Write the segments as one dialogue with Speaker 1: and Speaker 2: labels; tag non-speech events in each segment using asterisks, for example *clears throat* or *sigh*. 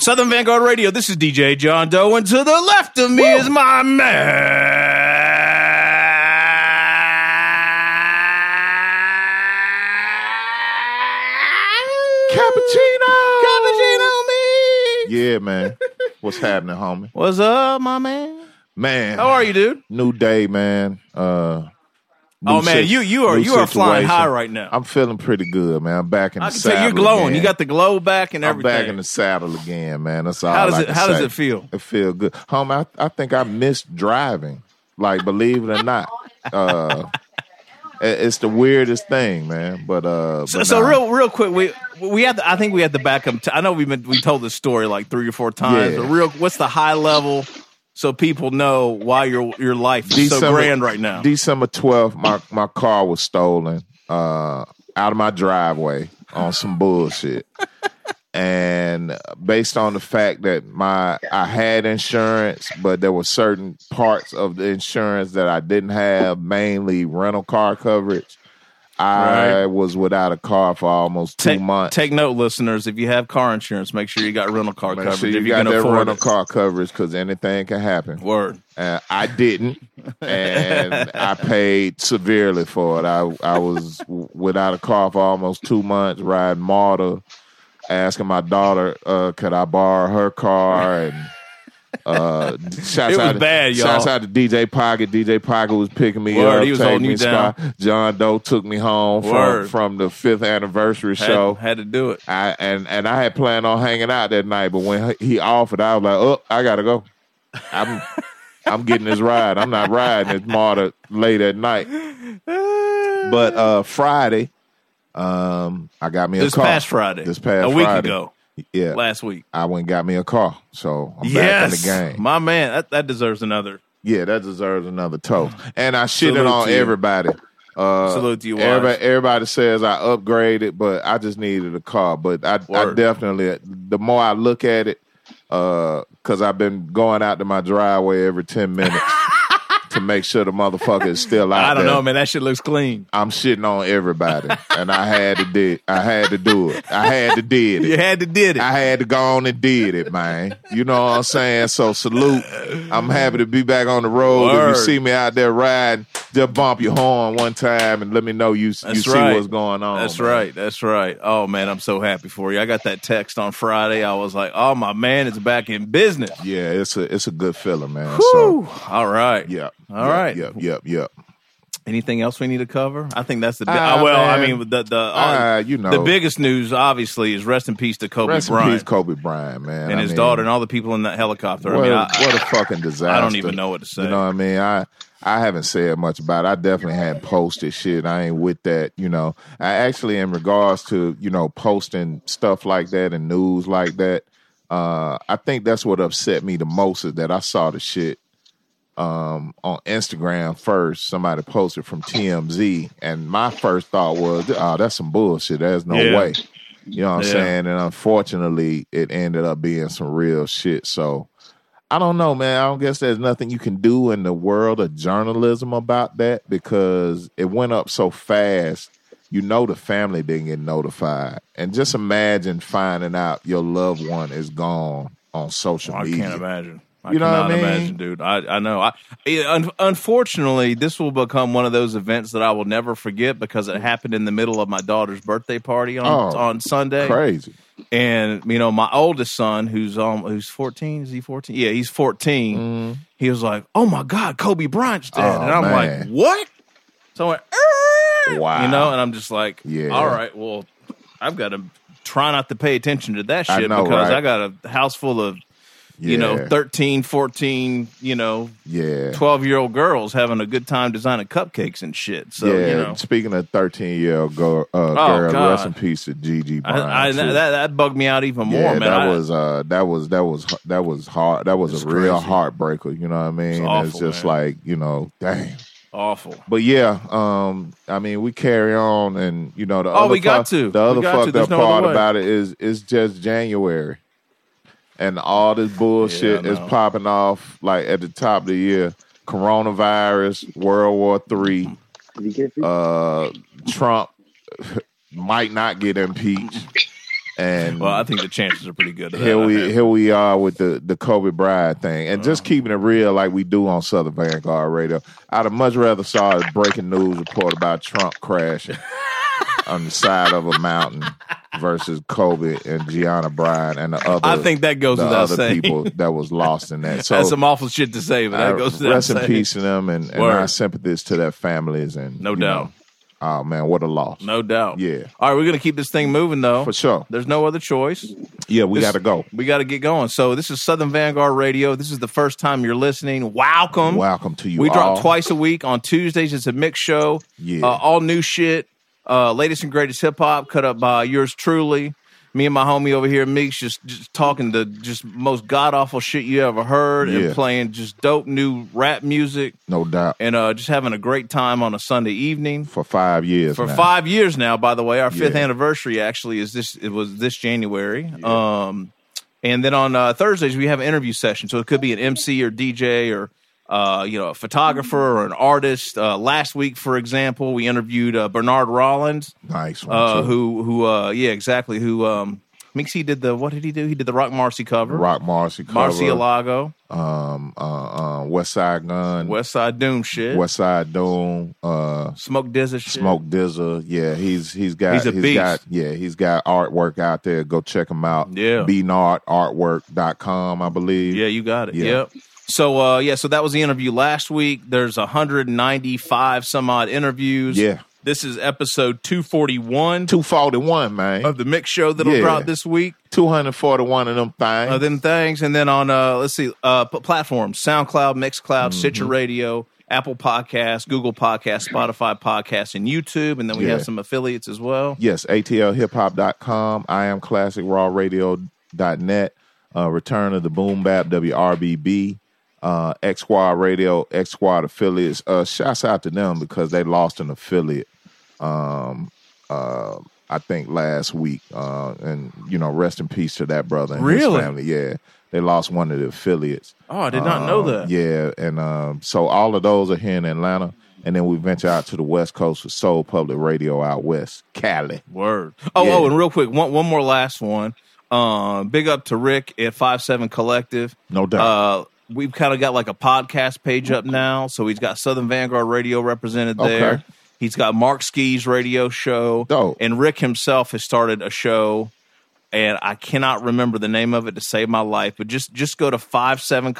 Speaker 1: Southern Vanguard Radio. This is DJ John Doe, and to the left of me is my man.
Speaker 2: Cappuccino.
Speaker 1: Cappuccino me.
Speaker 2: Yeah, man. What's happening, homie?
Speaker 1: What's up, my man?
Speaker 2: Man.
Speaker 1: How are you, dude?
Speaker 2: New day, man. Uh new
Speaker 1: Oh, man,
Speaker 2: sit-
Speaker 1: you- you are-
Speaker 2: new
Speaker 1: you are flying
Speaker 2: situation.
Speaker 1: high right now.
Speaker 2: I'm feeling pretty good, man. I'm back in the
Speaker 1: I can
Speaker 2: saddle.
Speaker 1: tell you're glowing.
Speaker 2: again.
Speaker 1: You got the glow back and
Speaker 2: I'm
Speaker 1: everything.
Speaker 2: back in the saddle again, man. That's all
Speaker 1: How does
Speaker 2: I
Speaker 1: it-
Speaker 2: can
Speaker 1: how does
Speaker 2: say.
Speaker 1: it feel?
Speaker 2: It feel good. Homie, I, I think I missed driving. Like, believe it or not. Uh it- it's the weirdest thing, man. But uh
Speaker 1: So,
Speaker 2: but
Speaker 1: so
Speaker 2: nah.
Speaker 1: real, real quick, we we had. To, I think we had to back up. To, I know we've been we told this story like three or four times.
Speaker 2: Yeah.
Speaker 1: But real, what's the high level so people know why your your life is so grand right now?
Speaker 2: December 12th, my, my car was stolen uh, out of my driveway on some bullshit. and based on the fact that my I had insurance, but there were certain parts of the insurance that I didn't have, mainly rental car coverage. I
Speaker 1: Right.
Speaker 2: was without a car for almost two
Speaker 1: take,
Speaker 2: months.
Speaker 1: take note, listeners. If you have car insurance, make sure you got rental car
Speaker 2: Make
Speaker 1: coverage.
Speaker 2: sure you
Speaker 1: if can
Speaker 2: got that
Speaker 1: afford
Speaker 2: rental
Speaker 1: it.
Speaker 2: car coverage because anything can happen.
Speaker 1: Word.
Speaker 2: Uh, I didn't, and I paid severely for it. I I was w- without a car for almost two months, riding Marta, asking my daughter, uh, could I borrow her car? And uh, d- shouts
Speaker 1: It was
Speaker 2: out to,
Speaker 1: bad, y'all.
Speaker 2: Shouts out to DJ Pocket. DJ Pocket was picking me
Speaker 1: Word,
Speaker 2: up,
Speaker 1: he was
Speaker 2: taking
Speaker 1: holding
Speaker 2: me
Speaker 1: you down.
Speaker 2: spot. John Doe took me home from,
Speaker 1: Word.
Speaker 2: from the fifth anniversary
Speaker 1: Had,
Speaker 2: show.
Speaker 1: had to do it.
Speaker 2: I and and I had planned on hanging out that night, but when he offered, I was like, "Oh, I gotta go. I'm I'm getting this ride. I'm not riding this Marta late at night." But uh Friday, um, I got me
Speaker 1: This
Speaker 2: a car.
Speaker 1: past Friday,
Speaker 2: This past
Speaker 1: a week
Speaker 2: Friday.
Speaker 1: ago,
Speaker 2: yeah,
Speaker 1: last week.
Speaker 2: I went and got me a car, so I'm
Speaker 1: yes,
Speaker 2: back in the game.
Speaker 1: my man. That, that deserves another.
Speaker 2: Yeah, that deserves another toast. And I
Speaker 1: Salute
Speaker 2: shitted on
Speaker 1: to you.
Speaker 2: everybody. Uh,
Speaker 1: Salute to you, Wise.
Speaker 2: Everybody, everybody says I upgraded, but I just needed a car. But I, I
Speaker 1: Word.
Speaker 2: definitely, the more I look at it, because I've been going out to my driveway every 10 minutes to make sure the motherfucker is still
Speaker 1: *laughs*
Speaker 2: out
Speaker 1: I don't
Speaker 2: there.
Speaker 1: know, man. That shit looks clean.
Speaker 2: I'm shitting on everybody, and I had to did. I had to do it. I had to did it.
Speaker 1: You had to did it.
Speaker 2: I had to go on and did it, man. You know what I'm saying? So salute. I'm happy to be back on the road.
Speaker 1: Word.
Speaker 2: If you see me out there riding, just bump your horn one time and let me know you you
Speaker 1: That's
Speaker 2: see
Speaker 1: right.
Speaker 2: what's going on.
Speaker 1: That's
Speaker 2: man.
Speaker 1: right. That's right. Oh man, I'm so happy for you. I got that text on Friday. I was like, "Oh my man, it's back in business."
Speaker 2: Yeah, it's a it's a good feeling, man. So
Speaker 1: Whew. All right.
Speaker 2: yep.
Speaker 1: All
Speaker 2: yep,
Speaker 1: right. Uh,
Speaker 2: Yep. Yep. Yep.
Speaker 1: Anything else we need to cover? I think that's the
Speaker 2: Ah,
Speaker 1: uh, well. I
Speaker 2: man.
Speaker 1: mean, the the
Speaker 2: Ah, you know.
Speaker 1: the biggest news obviously is rest in peace to Kobe
Speaker 2: Rest in
Speaker 1: Bryant
Speaker 2: peace, Kobe Bryant, man.
Speaker 1: and
Speaker 2: I
Speaker 1: his
Speaker 2: mean,
Speaker 1: daughter and all the people in that helicopter.
Speaker 2: What,
Speaker 1: I mean,
Speaker 2: a-
Speaker 1: I,
Speaker 2: what a fucking disaster!
Speaker 1: even know what to say.
Speaker 2: You know what I mean? I I haven't said much about. it. I definitely had posted shit. I ain't with that. You know, I actually, in regards to you know posting stuff like that and news like that, uh, I think that's what upset me the most is that I saw the shit um on Instagram first. Somebody posted from TMZ, and my first thought was, "Oh, that's some bullshit. There's no
Speaker 1: Yeah.
Speaker 2: way." You know what I'm
Speaker 1: Yeah.
Speaker 2: saying? And unfortunately, it ended up being some real shit. So I don't know, man. I don't guess there's nothing you can do in the world of journalism about that because it went up so fast. You know the family didn't get notified, and just imagine finding out your loved one is gone on social
Speaker 1: Oh, I
Speaker 2: media.
Speaker 1: can't imagine. I
Speaker 2: You know what I
Speaker 1: cannot
Speaker 2: mean?
Speaker 1: imagine, dude. I, I know. I it- un- unfortunately, this will become one of those events that I will never forget because it happened in the middle of my daughter's birthday party on
Speaker 2: Oh,
Speaker 1: on Sunday.
Speaker 2: Crazy.
Speaker 1: And you know, my oldest son, who's um who's fourteen, is he fourteen? Yeah, he's fourteen. He was like, "Oh my God, Kobe Bryant's dead,"
Speaker 2: Mm-hmm. Oh,
Speaker 1: and I'm
Speaker 2: man.
Speaker 1: like, "What?" So I went, "Er,"
Speaker 2: Wow.
Speaker 1: you know, and I'm just like,
Speaker 2: Yeah.
Speaker 1: all right, well, I've got to try not to pay attention to that
Speaker 2: I
Speaker 1: shit
Speaker 2: know,
Speaker 1: because
Speaker 2: right?
Speaker 1: I got a house full of you know
Speaker 2: Yeah.
Speaker 1: 13 14 you know
Speaker 2: yeah.
Speaker 1: 12 year old girls having a good time designing cupcakes and shit so
Speaker 2: yeah,
Speaker 1: you know Oh,
Speaker 2: speaking of thirteen year old girl, uh, girl
Speaker 1: God.
Speaker 2: rest in peace to Gigi Bryant.
Speaker 1: I, I,
Speaker 2: too.
Speaker 1: that, that bugged me out even more
Speaker 2: yeah,
Speaker 1: man
Speaker 2: that
Speaker 1: I-
Speaker 2: was uh, that was that was that was hard. That was
Speaker 1: It's
Speaker 2: a real
Speaker 1: crazy.
Speaker 2: heartbreaker. You know what I mean?
Speaker 1: awful,
Speaker 2: it's just
Speaker 1: man.
Speaker 2: like you know, dang.
Speaker 1: awful
Speaker 2: But yeah, um, I mean, we carry on, and you know, the
Speaker 1: Oh,
Speaker 2: other
Speaker 1: we got
Speaker 2: fuck-
Speaker 1: to.
Speaker 2: the
Speaker 1: We
Speaker 2: other
Speaker 1: got to.
Speaker 2: fucked
Speaker 1: There's
Speaker 2: up
Speaker 1: no other
Speaker 2: part
Speaker 1: way.
Speaker 2: about it is it's just January, and all this bullshit
Speaker 1: Yeah, I
Speaker 2: is
Speaker 1: know.
Speaker 2: popping off like at the top of the year: coronavirus, World War Three, *laughs* uh, Trump might not get impeached. And
Speaker 1: Well, I think the chances are pretty good. Of that.
Speaker 2: here
Speaker 1: I
Speaker 2: we
Speaker 1: *laughs* think.
Speaker 2: here we are with the the Kobe Bryant thing, and just keeping it real like we do on Southern Vanguard Radio. I'd have much rather saw a breaking news report about Trump crashing
Speaker 1: *laughs*
Speaker 2: on the side of a mountain versus Kobe and Gianna Bryant and the other.
Speaker 1: I think that goes
Speaker 2: the
Speaker 1: without
Speaker 2: other
Speaker 1: saying.
Speaker 2: people that was lost in that.
Speaker 1: *laughs*
Speaker 2: So
Speaker 1: That's some awful shit to say, but that
Speaker 2: I-
Speaker 1: goes without
Speaker 2: rest in
Speaker 1: saying.
Speaker 2: peace to them, and, and
Speaker 1: Word.
Speaker 2: our sympathies to their families, and
Speaker 1: No
Speaker 2: you
Speaker 1: doubt.
Speaker 2: know, oh man, what a loss.
Speaker 1: No doubt.
Speaker 2: Yeah.
Speaker 1: All right, we're gonna keep this thing moving though.
Speaker 2: For sure.
Speaker 1: There's no other choice.
Speaker 2: Yeah, we
Speaker 1: This-
Speaker 2: got to go.
Speaker 1: We got to get going. So this is Southern Vanguard Radio. This is the first time you're listening. Welcome.
Speaker 2: Welcome to you.
Speaker 1: We drop
Speaker 2: all.
Speaker 1: twice a week on Tuesdays. It's a mix show.
Speaker 2: Yeah.
Speaker 1: Uh, all new shit. Uh, latest and greatest hip hop cut up by yours truly. Me and my homie over here, Meeks, just, just talking the just most god awful shit you ever heard
Speaker 2: Yeah.
Speaker 1: and playing just dope new rap music
Speaker 2: no doubt.
Speaker 1: and uh, just having a great time on a Sunday evening.
Speaker 2: For five years.
Speaker 1: For
Speaker 2: now.
Speaker 1: five years now, by the way, our fifth
Speaker 2: Yeah.
Speaker 1: anniversary actually is this. It was this January. Um, and then on uh, Thursdays we have an interview session, so it could be an MC or DJ or uh, you know a photographer or an artist. Uh, last week, for example, we interviewed uh, Bernard Rollins,
Speaker 2: Nice one.
Speaker 1: uh,
Speaker 2: too.
Speaker 1: who who uh, yeah exactly who um, makes he did the what did he do? He did the Rock Marcy cover,
Speaker 2: Rock Marcy cover.
Speaker 1: Marcy Alago,
Speaker 2: Um, uh, uh, West Side Gun. West,
Speaker 1: West Side Doom shit,
Speaker 2: Side Doom. Uh,
Speaker 1: Smoke Dizza shit.
Speaker 2: Smoke Dizza. Yeah, he's he's got
Speaker 1: He's a
Speaker 2: he's
Speaker 1: beast.
Speaker 2: got yeah he's got artwork out there. Go check him out.
Speaker 1: Yeah.
Speaker 2: bnartartwork.com, I believe.
Speaker 1: Yeah, you got it.
Speaker 2: Yeah.
Speaker 1: Yep. So uh yeah, so that was the interview last week. There's 195 some odd interviews.
Speaker 2: Yeah.
Speaker 1: This is episode 241
Speaker 2: Two forty one, man.
Speaker 1: of the mix show that'll
Speaker 2: Yeah.
Speaker 1: drop this week.
Speaker 2: Two hundred forty one of them things.
Speaker 1: Uh, them things and then on uh let's see uh p- platforms SoundCloud, Mixcloud,
Speaker 2: Mm-hmm.
Speaker 1: Stitcher Radio, Apple Podcasts, Google Podcasts, Spotify Podcasts and YouTube and then we
Speaker 2: Yeah.
Speaker 1: have some affiliates as well.
Speaker 2: Yes, atlhiphop.com. I am classic raw radio.net. Uh, Return of the Boom Bap, WRBB, uh, X Squad Radio, X Squad affiliates. Uh, shouts out to them because they lost an affiliate, um, uh, I think, last week. Uh, and, you know, rest in peace to that brother and his
Speaker 1: Really?
Speaker 2: family. Yeah, they lost one of the affiliates.
Speaker 1: Oh, I did not know
Speaker 2: Um,
Speaker 1: that.
Speaker 2: Yeah, and um, so all of those are here in Atlanta, and then we venture out to the West Coast with Soul Public Radio out west, Cali.
Speaker 1: Word. Oh,
Speaker 2: Yeah.
Speaker 1: oh, and real quick, one one more last one. Um, big up to Rick at Five Seven Collective.
Speaker 2: No doubt.
Speaker 1: Uh, we've kind of got like a podcast page up now, so he's got Southern Vanguard Radio represented
Speaker 2: Okay.
Speaker 1: there. He's got Mark Ski's radio show.
Speaker 2: Dope.
Speaker 1: And Rick himself has started a show, and I cannot remember the name of it to save my life. But just just go to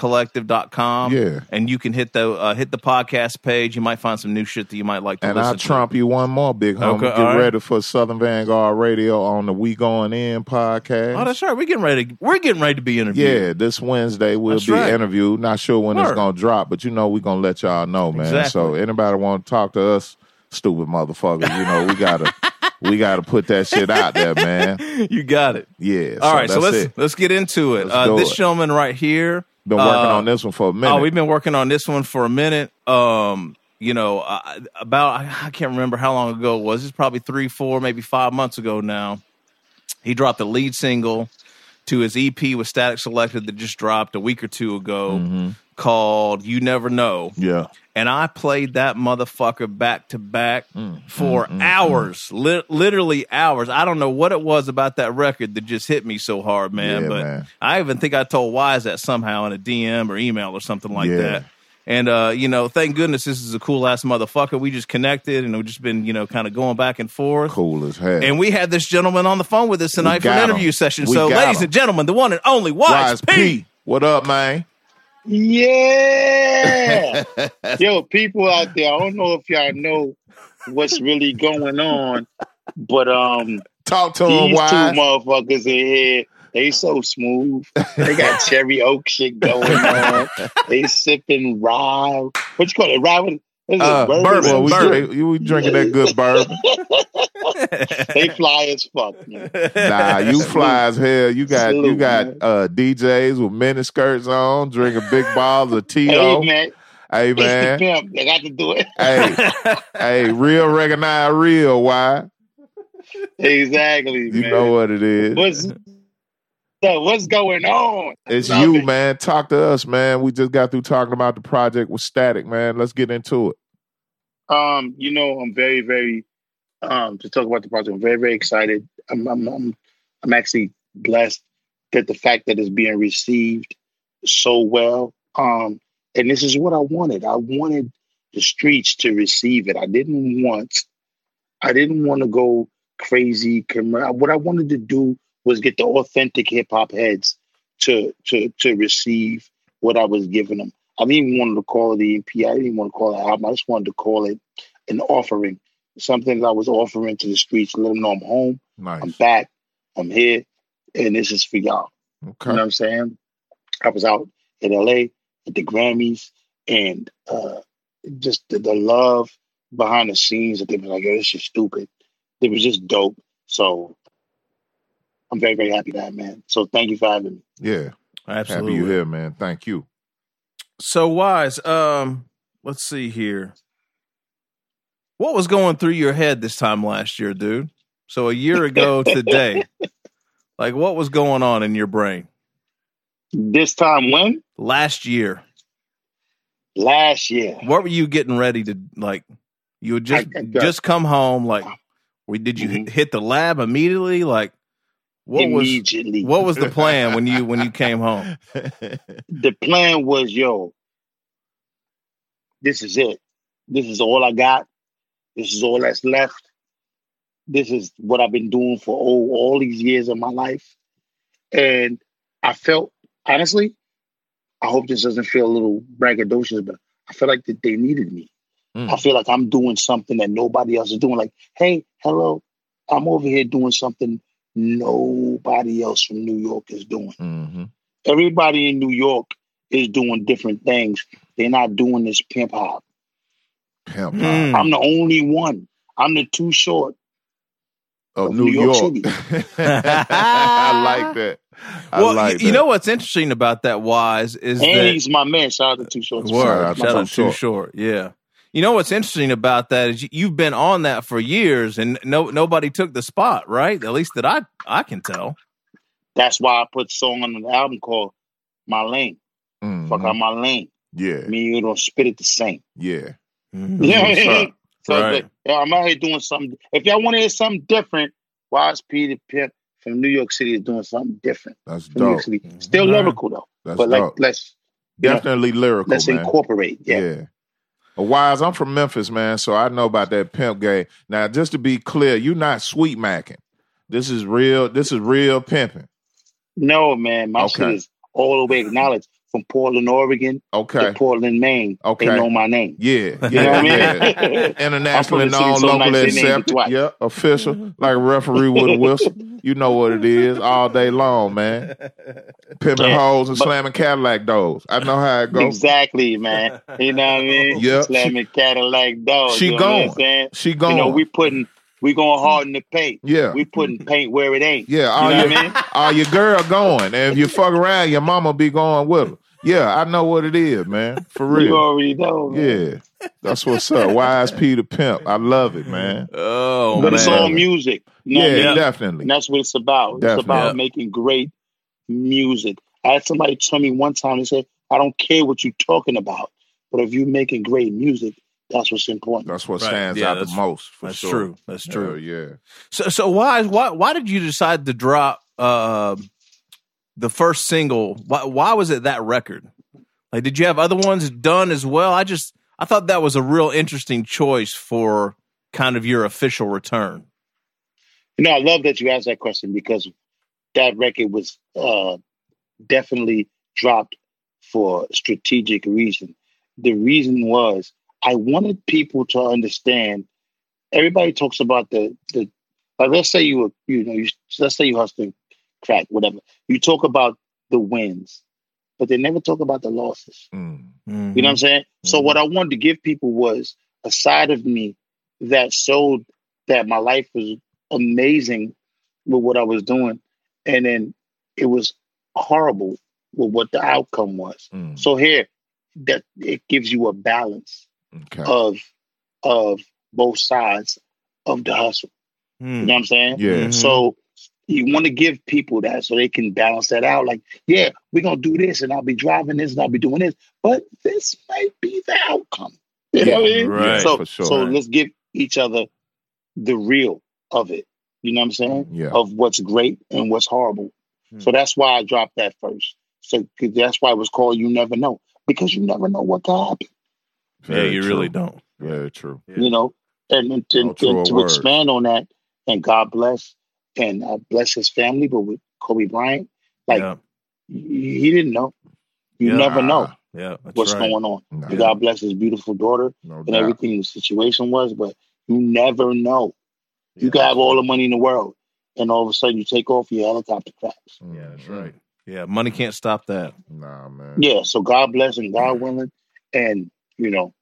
Speaker 1: 57collective.com
Speaker 2: Yeah.
Speaker 1: and you can hit the uh, hit the podcast page. You might find some new shit that you might like to
Speaker 2: And
Speaker 1: listen
Speaker 2: I'll
Speaker 1: to.
Speaker 2: trump you one more, big homie.
Speaker 1: Okay,
Speaker 2: Get
Speaker 1: all right.
Speaker 2: ready for Southern Vanguard Radio on the We Going In podcast.
Speaker 1: Oh, that's right. We're getting ready. To, we're getting ready to be interviewed.
Speaker 2: yeah, this Wednesday we'll
Speaker 1: That's
Speaker 2: be
Speaker 1: right.
Speaker 2: interviewed. Not sure when it's
Speaker 1: Word.
Speaker 2: gonna drop, but you know we're gonna let y'all know, man.
Speaker 1: Exactly.
Speaker 2: So anybody want to talk to us, stupid motherfuckers, you know
Speaker 1: *laughs*
Speaker 2: we gotta we gotta put that shit out there, man.
Speaker 1: you got it.
Speaker 2: Yeah.
Speaker 1: All right, so
Speaker 2: that's
Speaker 1: let's
Speaker 2: it.
Speaker 1: let's get into it.
Speaker 2: Let's
Speaker 1: Uh,
Speaker 2: do
Speaker 1: this
Speaker 2: it.
Speaker 1: gentleman right here
Speaker 2: been working on this one for a minute.
Speaker 1: Oh, we've been working on this one for a minute. Um, you know, I, about I can't remember how long ago it was. It's probably three, four, maybe five months ago now. He dropped the lead single to his EP with Static Selected that just dropped a week or two ago, called "You Never Know."
Speaker 2: yeah.
Speaker 1: and I played that motherfucker back to back
Speaker 2: Mm,
Speaker 1: for hours, li- literally hours. I don't know what it was about that record that just hit me so hard, man.
Speaker 2: Yeah,
Speaker 1: but
Speaker 2: man.
Speaker 1: I even think I told Wise that somehow in a DM or email or something like
Speaker 2: Yeah.
Speaker 1: that. And uh, you know, thank goodness this is a cool ass motherfucker. We just connected and we've just been, you know, kind of going back and forth.
Speaker 2: Cool as hell.
Speaker 1: And we had this gentleman on the phone with us tonight for
Speaker 2: got
Speaker 1: an
Speaker 2: him.
Speaker 1: interview session.
Speaker 2: We
Speaker 1: so,
Speaker 2: got
Speaker 1: ladies
Speaker 2: him.
Speaker 1: and gentlemen, the one and only Wise,
Speaker 2: Wise
Speaker 1: P.
Speaker 2: P, what up, man? *laughs*
Speaker 3: Yeah. Yo, people out there, I don't know if y'all know what's really going on, but um
Speaker 2: Talk to him,
Speaker 3: these two
Speaker 2: Wise.
Speaker 3: motherfuckers in here, they so smooth. They
Speaker 2: *laughs*
Speaker 3: got cherry oak shit going on. They sipping rye. What you call it? Rye with is it
Speaker 2: Uh,
Speaker 3: bourbon?
Speaker 1: bourbon,
Speaker 2: Well, we,
Speaker 1: bourbon.
Speaker 2: drink- we drinking that good bourbon.
Speaker 3: *laughs*
Speaker 1: *laughs*
Speaker 3: They fly as fuck,
Speaker 2: *laughs*
Speaker 3: man.
Speaker 2: Nah, you fly as hell. You got you
Speaker 3: Salute,
Speaker 2: got
Speaker 3: man.
Speaker 2: uh, DJs with mini skirts on, drinking big bottles of
Speaker 3: Hey
Speaker 2: Tito.
Speaker 3: man,
Speaker 2: Hey
Speaker 3: it's the
Speaker 2: man,
Speaker 3: pimp. They got to do it. *laughs*
Speaker 2: hey, hey, real recognize real. Why?
Speaker 3: exactly,
Speaker 2: You
Speaker 3: man.
Speaker 2: know what it is.
Speaker 3: What's so what's going on?
Speaker 2: It's
Speaker 3: Love
Speaker 2: you,
Speaker 3: it.
Speaker 2: man. Talk to us, man. We just got through talking about the project with Static, man. Let's get into it.
Speaker 3: Um, you know, I'm very, very um to talk about the project. I'm very, very excited. I'm I'm I'm, I'm actually blessed that the fact that it's being received so well. Um, and this is what I wanted. I wanted the streets to receive it. I didn't want, I didn't want to go crazy. commer- What I wanted to do was get the authentic hip hop heads to to to receive what I was giving them. I didn't even want to call it the EP. I didn't even want to call it an album. I just wanted to call it an offering, something that I was offering to the streets. Let them know I'm home. I'm
Speaker 2: Nice.
Speaker 3: back. I'm here, and this is for y'all. You know
Speaker 2: Okay.
Speaker 3: what I'm saying? I was out in LA at the Grammys and uh, just the, the love behind the scenes that they were like, yo, this is stupid. It was just dope. So I'm very, very happy that, man. So thank you for having me.
Speaker 2: Yeah.
Speaker 1: Absolutely.
Speaker 2: Happy you here, man.
Speaker 1: *laughs*
Speaker 2: Thank you.
Speaker 1: So wise. Um, let's see here. What was going through your head this time last year, dude? So a year
Speaker 3: *laughs*
Speaker 1: ago today, like what was going on in your brain
Speaker 3: This time when?
Speaker 1: last year?
Speaker 3: Last year.
Speaker 1: What were you getting ready to like? You would just
Speaker 3: I- I got-
Speaker 1: just come home. Like, we did you
Speaker 3: Mhm.
Speaker 1: hit the lab immediately? Like, what was
Speaker 3: Immediately.
Speaker 1: what was the plan when you
Speaker 3: *laughs*
Speaker 1: when you came home?
Speaker 3: the plan was, yo, this is it. This is all I got. This is all that's left. This is what I've been doing for all, all these years of my life. And I felt, honestly, I hope this doesn't feel a little braggadocious, but I feel like that they needed me.
Speaker 1: Mm.
Speaker 3: I feel like I'm doing something that nobody else is doing. Like, hey, hello, I'm over here doing something nobody else from New York is doing
Speaker 2: hmm
Speaker 3: everybody in New York is doing different things. They're not doing this pimp hop.
Speaker 2: Pimp
Speaker 1: Mm.
Speaker 3: I'm the only one. I'm the too short.
Speaker 2: of
Speaker 3: Of
Speaker 2: New,
Speaker 3: New
Speaker 2: York.
Speaker 3: York
Speaker 2: *laughs*
Speaker 1: *laughs*
Speaker 2: I like that. I
Speaker 1: well,
Speaker 2: like
Speaker 1: you, you
Speaker 2: that.
Speaker 1: know what's interesting about that, wise, is
Speaker 3: and
Speaker 1: that
Speaker 3: he's my man. Shout out to Too Short.
Speaker 2: Word.
Speaker 1: Word.
Speaker 2: Shout
Speaker 1: Shout
Speaker 2: out
Speaker 1: out
Speaker 2: to
Speaker 1: too
Speaker 2: Short.
Speaker 1: short. Yeah. You know what's interesting about that is you- you've been on that for years, and no nobody took the spot, right? At least that I I can tell.
Speaker 3: That's why I put a song on the album called My Lane.
Speaker 2: Mhm.
Speaker 3: Fuck out my lane.
Speaker 2: Yeah,
Speaker 3: Me and you don't spit it the same.
Speaker 2: yeah.
Speaker 1: Mm-hmm.
Speaker 3: You *laughs* know what I
Speaker 2: Yes,
Speaker 3: mean? So it's
Speaker 1: Right.
Speaker 3: like, yeah, I'm out here doing something. If y'all want to hear something different, Wise P the Pimp from New York City is doing something different.
Speaker 2: That's
Speaker 3: From New
Speaker 2: dope.
Speaker 3: York City. Still
Speaker 1: Alright.
Speaker 3: lyrical though.
Speaker 2: That's
Speaker 3: but like
Speaker 2: dope.
Speaker 3: let's you know,
Speaker 2: Definitely lyrical,
Speaker 3: let's
Speaker 2: man.
Speaker 3: incorporate.
Speaker 2: Yeah.
Speaker 3: yeah.
Speaker 2: Uh, Wise, I'm from Memphis, man, so I know about that pimp game. Now, just to be clear, you're not sweet macking. This is real. This is real pimping.
Speaker 3: No, man, my
Speaker 2: Okay.
Speaker 3: shit is all the way acknowledged from Portland, Oregon
Speaker 2: Okay.
Speaker 3: to Portland, Maine.
Speaker 2: Okay.
Speaker 3: They know my name.
Speaker 2: Yeah. Yeah.
Speaker 3: *laughs* You know
Speaker 2: *laughs*
Speaker 3: what
Speaker 2: yeah.
Speaker 3: I mean?
Speaker 2: International
Speaker 3: I'm
Speaker 2: and
Speaker 3: from the city
Speaker 2: all
Speaker 3: so
Speaker 2: local
Speaker 3: nice they named it
Speaker 2: accepted.
Speaker 3: twice.
Speaker 2: Yeah. Official, like a referee with a whistle. You know what it is all day long, man.
Speaker 3: *laughs*
Speaker 2: Pimping
Speaker 3: Yeah,
Speaker 2: hoes and
Speaker 3: but-
Speaker 2: slamming Cadillac doors. I know how it goes.
Speaker 3: exactly, man. You know what
Speaker 2: *laughs*
Speaker 3: I mean?
Speaker 2: Yeah, she-
Speaker 3: Slamming Cadillac dog.
Speaker 2: she
Speaker 3: you know what I'm
Speaker 2: gone.
Speaker 3: saying?
Speaker 2: She gone.
Speaker 3: You know, we putting we going hard in the paint.
Speaker 2: yeah.
Speaker 3: We putting paint where it ain't.
Speaker 2: Oh, Yeah, all
Speaker 3: know
Speaker 2: your
Speaker 3: what I mean?
Speaker 2: all your girl going, and if you fuck around, your mama be going with her. Yeah, I know what it is, man. For
Speaker 3: You
Speaker 2: real.
Speaker 3: already know. man.
Speaker 2: Yeah, that's what's up. Wise Peter Pimp, I love it, man.
Speaker 1: Oh
Speaker 3: But
Speaker 1: man.
Speaker 3: it's all music. You know what I
Speaker 2: yeah,
Speaker 3: mean?
Speaker 2: definitely.
Speaker 3: And that's what it's about.
Speaker 2: Definitely.
Speaker 3: It's about
Speaker 1: Yeah.
Speaker 3: making great music. I had somebody tell me one time, they said, I don't care what you're talking about, but if you're making great music, that's what's important.
Speaker 2: That's what
Speaker 1: Right,
Speaker 2: stands
Speaker 1: yeah,
Speaker 2: out the
Speaker 1: that's-
Speaker 2: most. For
Speaker 1: That's
Speaker 2: sure.
Speaker 1: true. That's true.
Speaker 2: Yeah, yeah.
Speaker 1: So so why why why did you decide to drop uh, the first single? Why why was it that record? Like did you have other ones done as well? I just I thought that was a real interesting choice for kind of your official return.
Speaker 3: You know, I love that you asked that question because that record was uh, definitely dropped for strategic reason. The reason was I wanted people to understand. Everybody talks about the the like. Let's say you were, you know you let's say you hustling crack whatever. You talk about the wins, but they never talk about the losses.
Speaker 2: Mm.
Speaker 3: You know what I'm saying? So
Speaker 2: Mhm.
Speaker 3: what I wanted to give people was a side of me that showed that my life was amazing with what I was doing, and then it was horrible with what the outcome was.
Speaker 2: Mm.
Speaker 3: So here, that it gives you a balance
Speaker 2: Okay.
Speaker 3: of of both sides of the hustle.
Speaker 1: Mm-hmm.
Speaker 3: You know what I'm saying?
Speaker 2: yeah.
Speaker 1: Mhm.
Speaker 3: So you want to give people that so they can balance that out. Like, yeah, we're gonna do this, and I'll be driving this, and I'll be doing this, but this might be the outcome. You know what I mean?
Speaker 1: right,
Speaker 3: so,
Speaker 2: for sure.
Speaker 3: so let's give each other the real of it. You know what I'm saying?
Speaker 2: Yeah.
Speaker 3: Of what's great and what's horrible.
Speaker 1: Hmm.
Speaker 3: So that's why I dropped that first. So 'cause that's why it was called "You Never Know" because you never know what could happen.
Speaker 2: Very
Speaker 1: yeah, you
Speaker 2: true.
Speaker 1: really don't.
Speaker 2: Very true.
Speaker 1: Yeah.
Speaker 3: You know, and, and,
Speaker 2: No
Speaker 3: and-
Speaker 2: truer
Speaker 3: and to
Speaker 2: words.
Speaker 3: expand on that, and God bless and uh, bless his family. But with Kobe Bryant, like
Speaker 1: yeah,
Speaker 3: he he didn't know. You
Speaker 1: Yeah.
Speaker 3: never know
Speaker 2: Ah,
Speaker 1: yeah, that's
Speaker 3: what's
Speaker 1: right.
Speaker 3: going on.
Speaker 2: No,
Speaker 3: God bless his beautiful daughter
Speaker 2: no
Speaker 3: and
Speaker 2: doubt.
Speaker 3: everything the situation was, but you never know.
Speaker 1: Yeah.
Speaker 3: You can have all the money in the world, and all of a sudden you take off, your helicopter crash.
Speaker 1: Yeah, that's
Speaker 2: Mhm.
Speaker 1: right. Yeah, money can't stop that.
Speaker 2: Nah, man.
Speaker 3: Yeah, so God bless and God willing, and you know,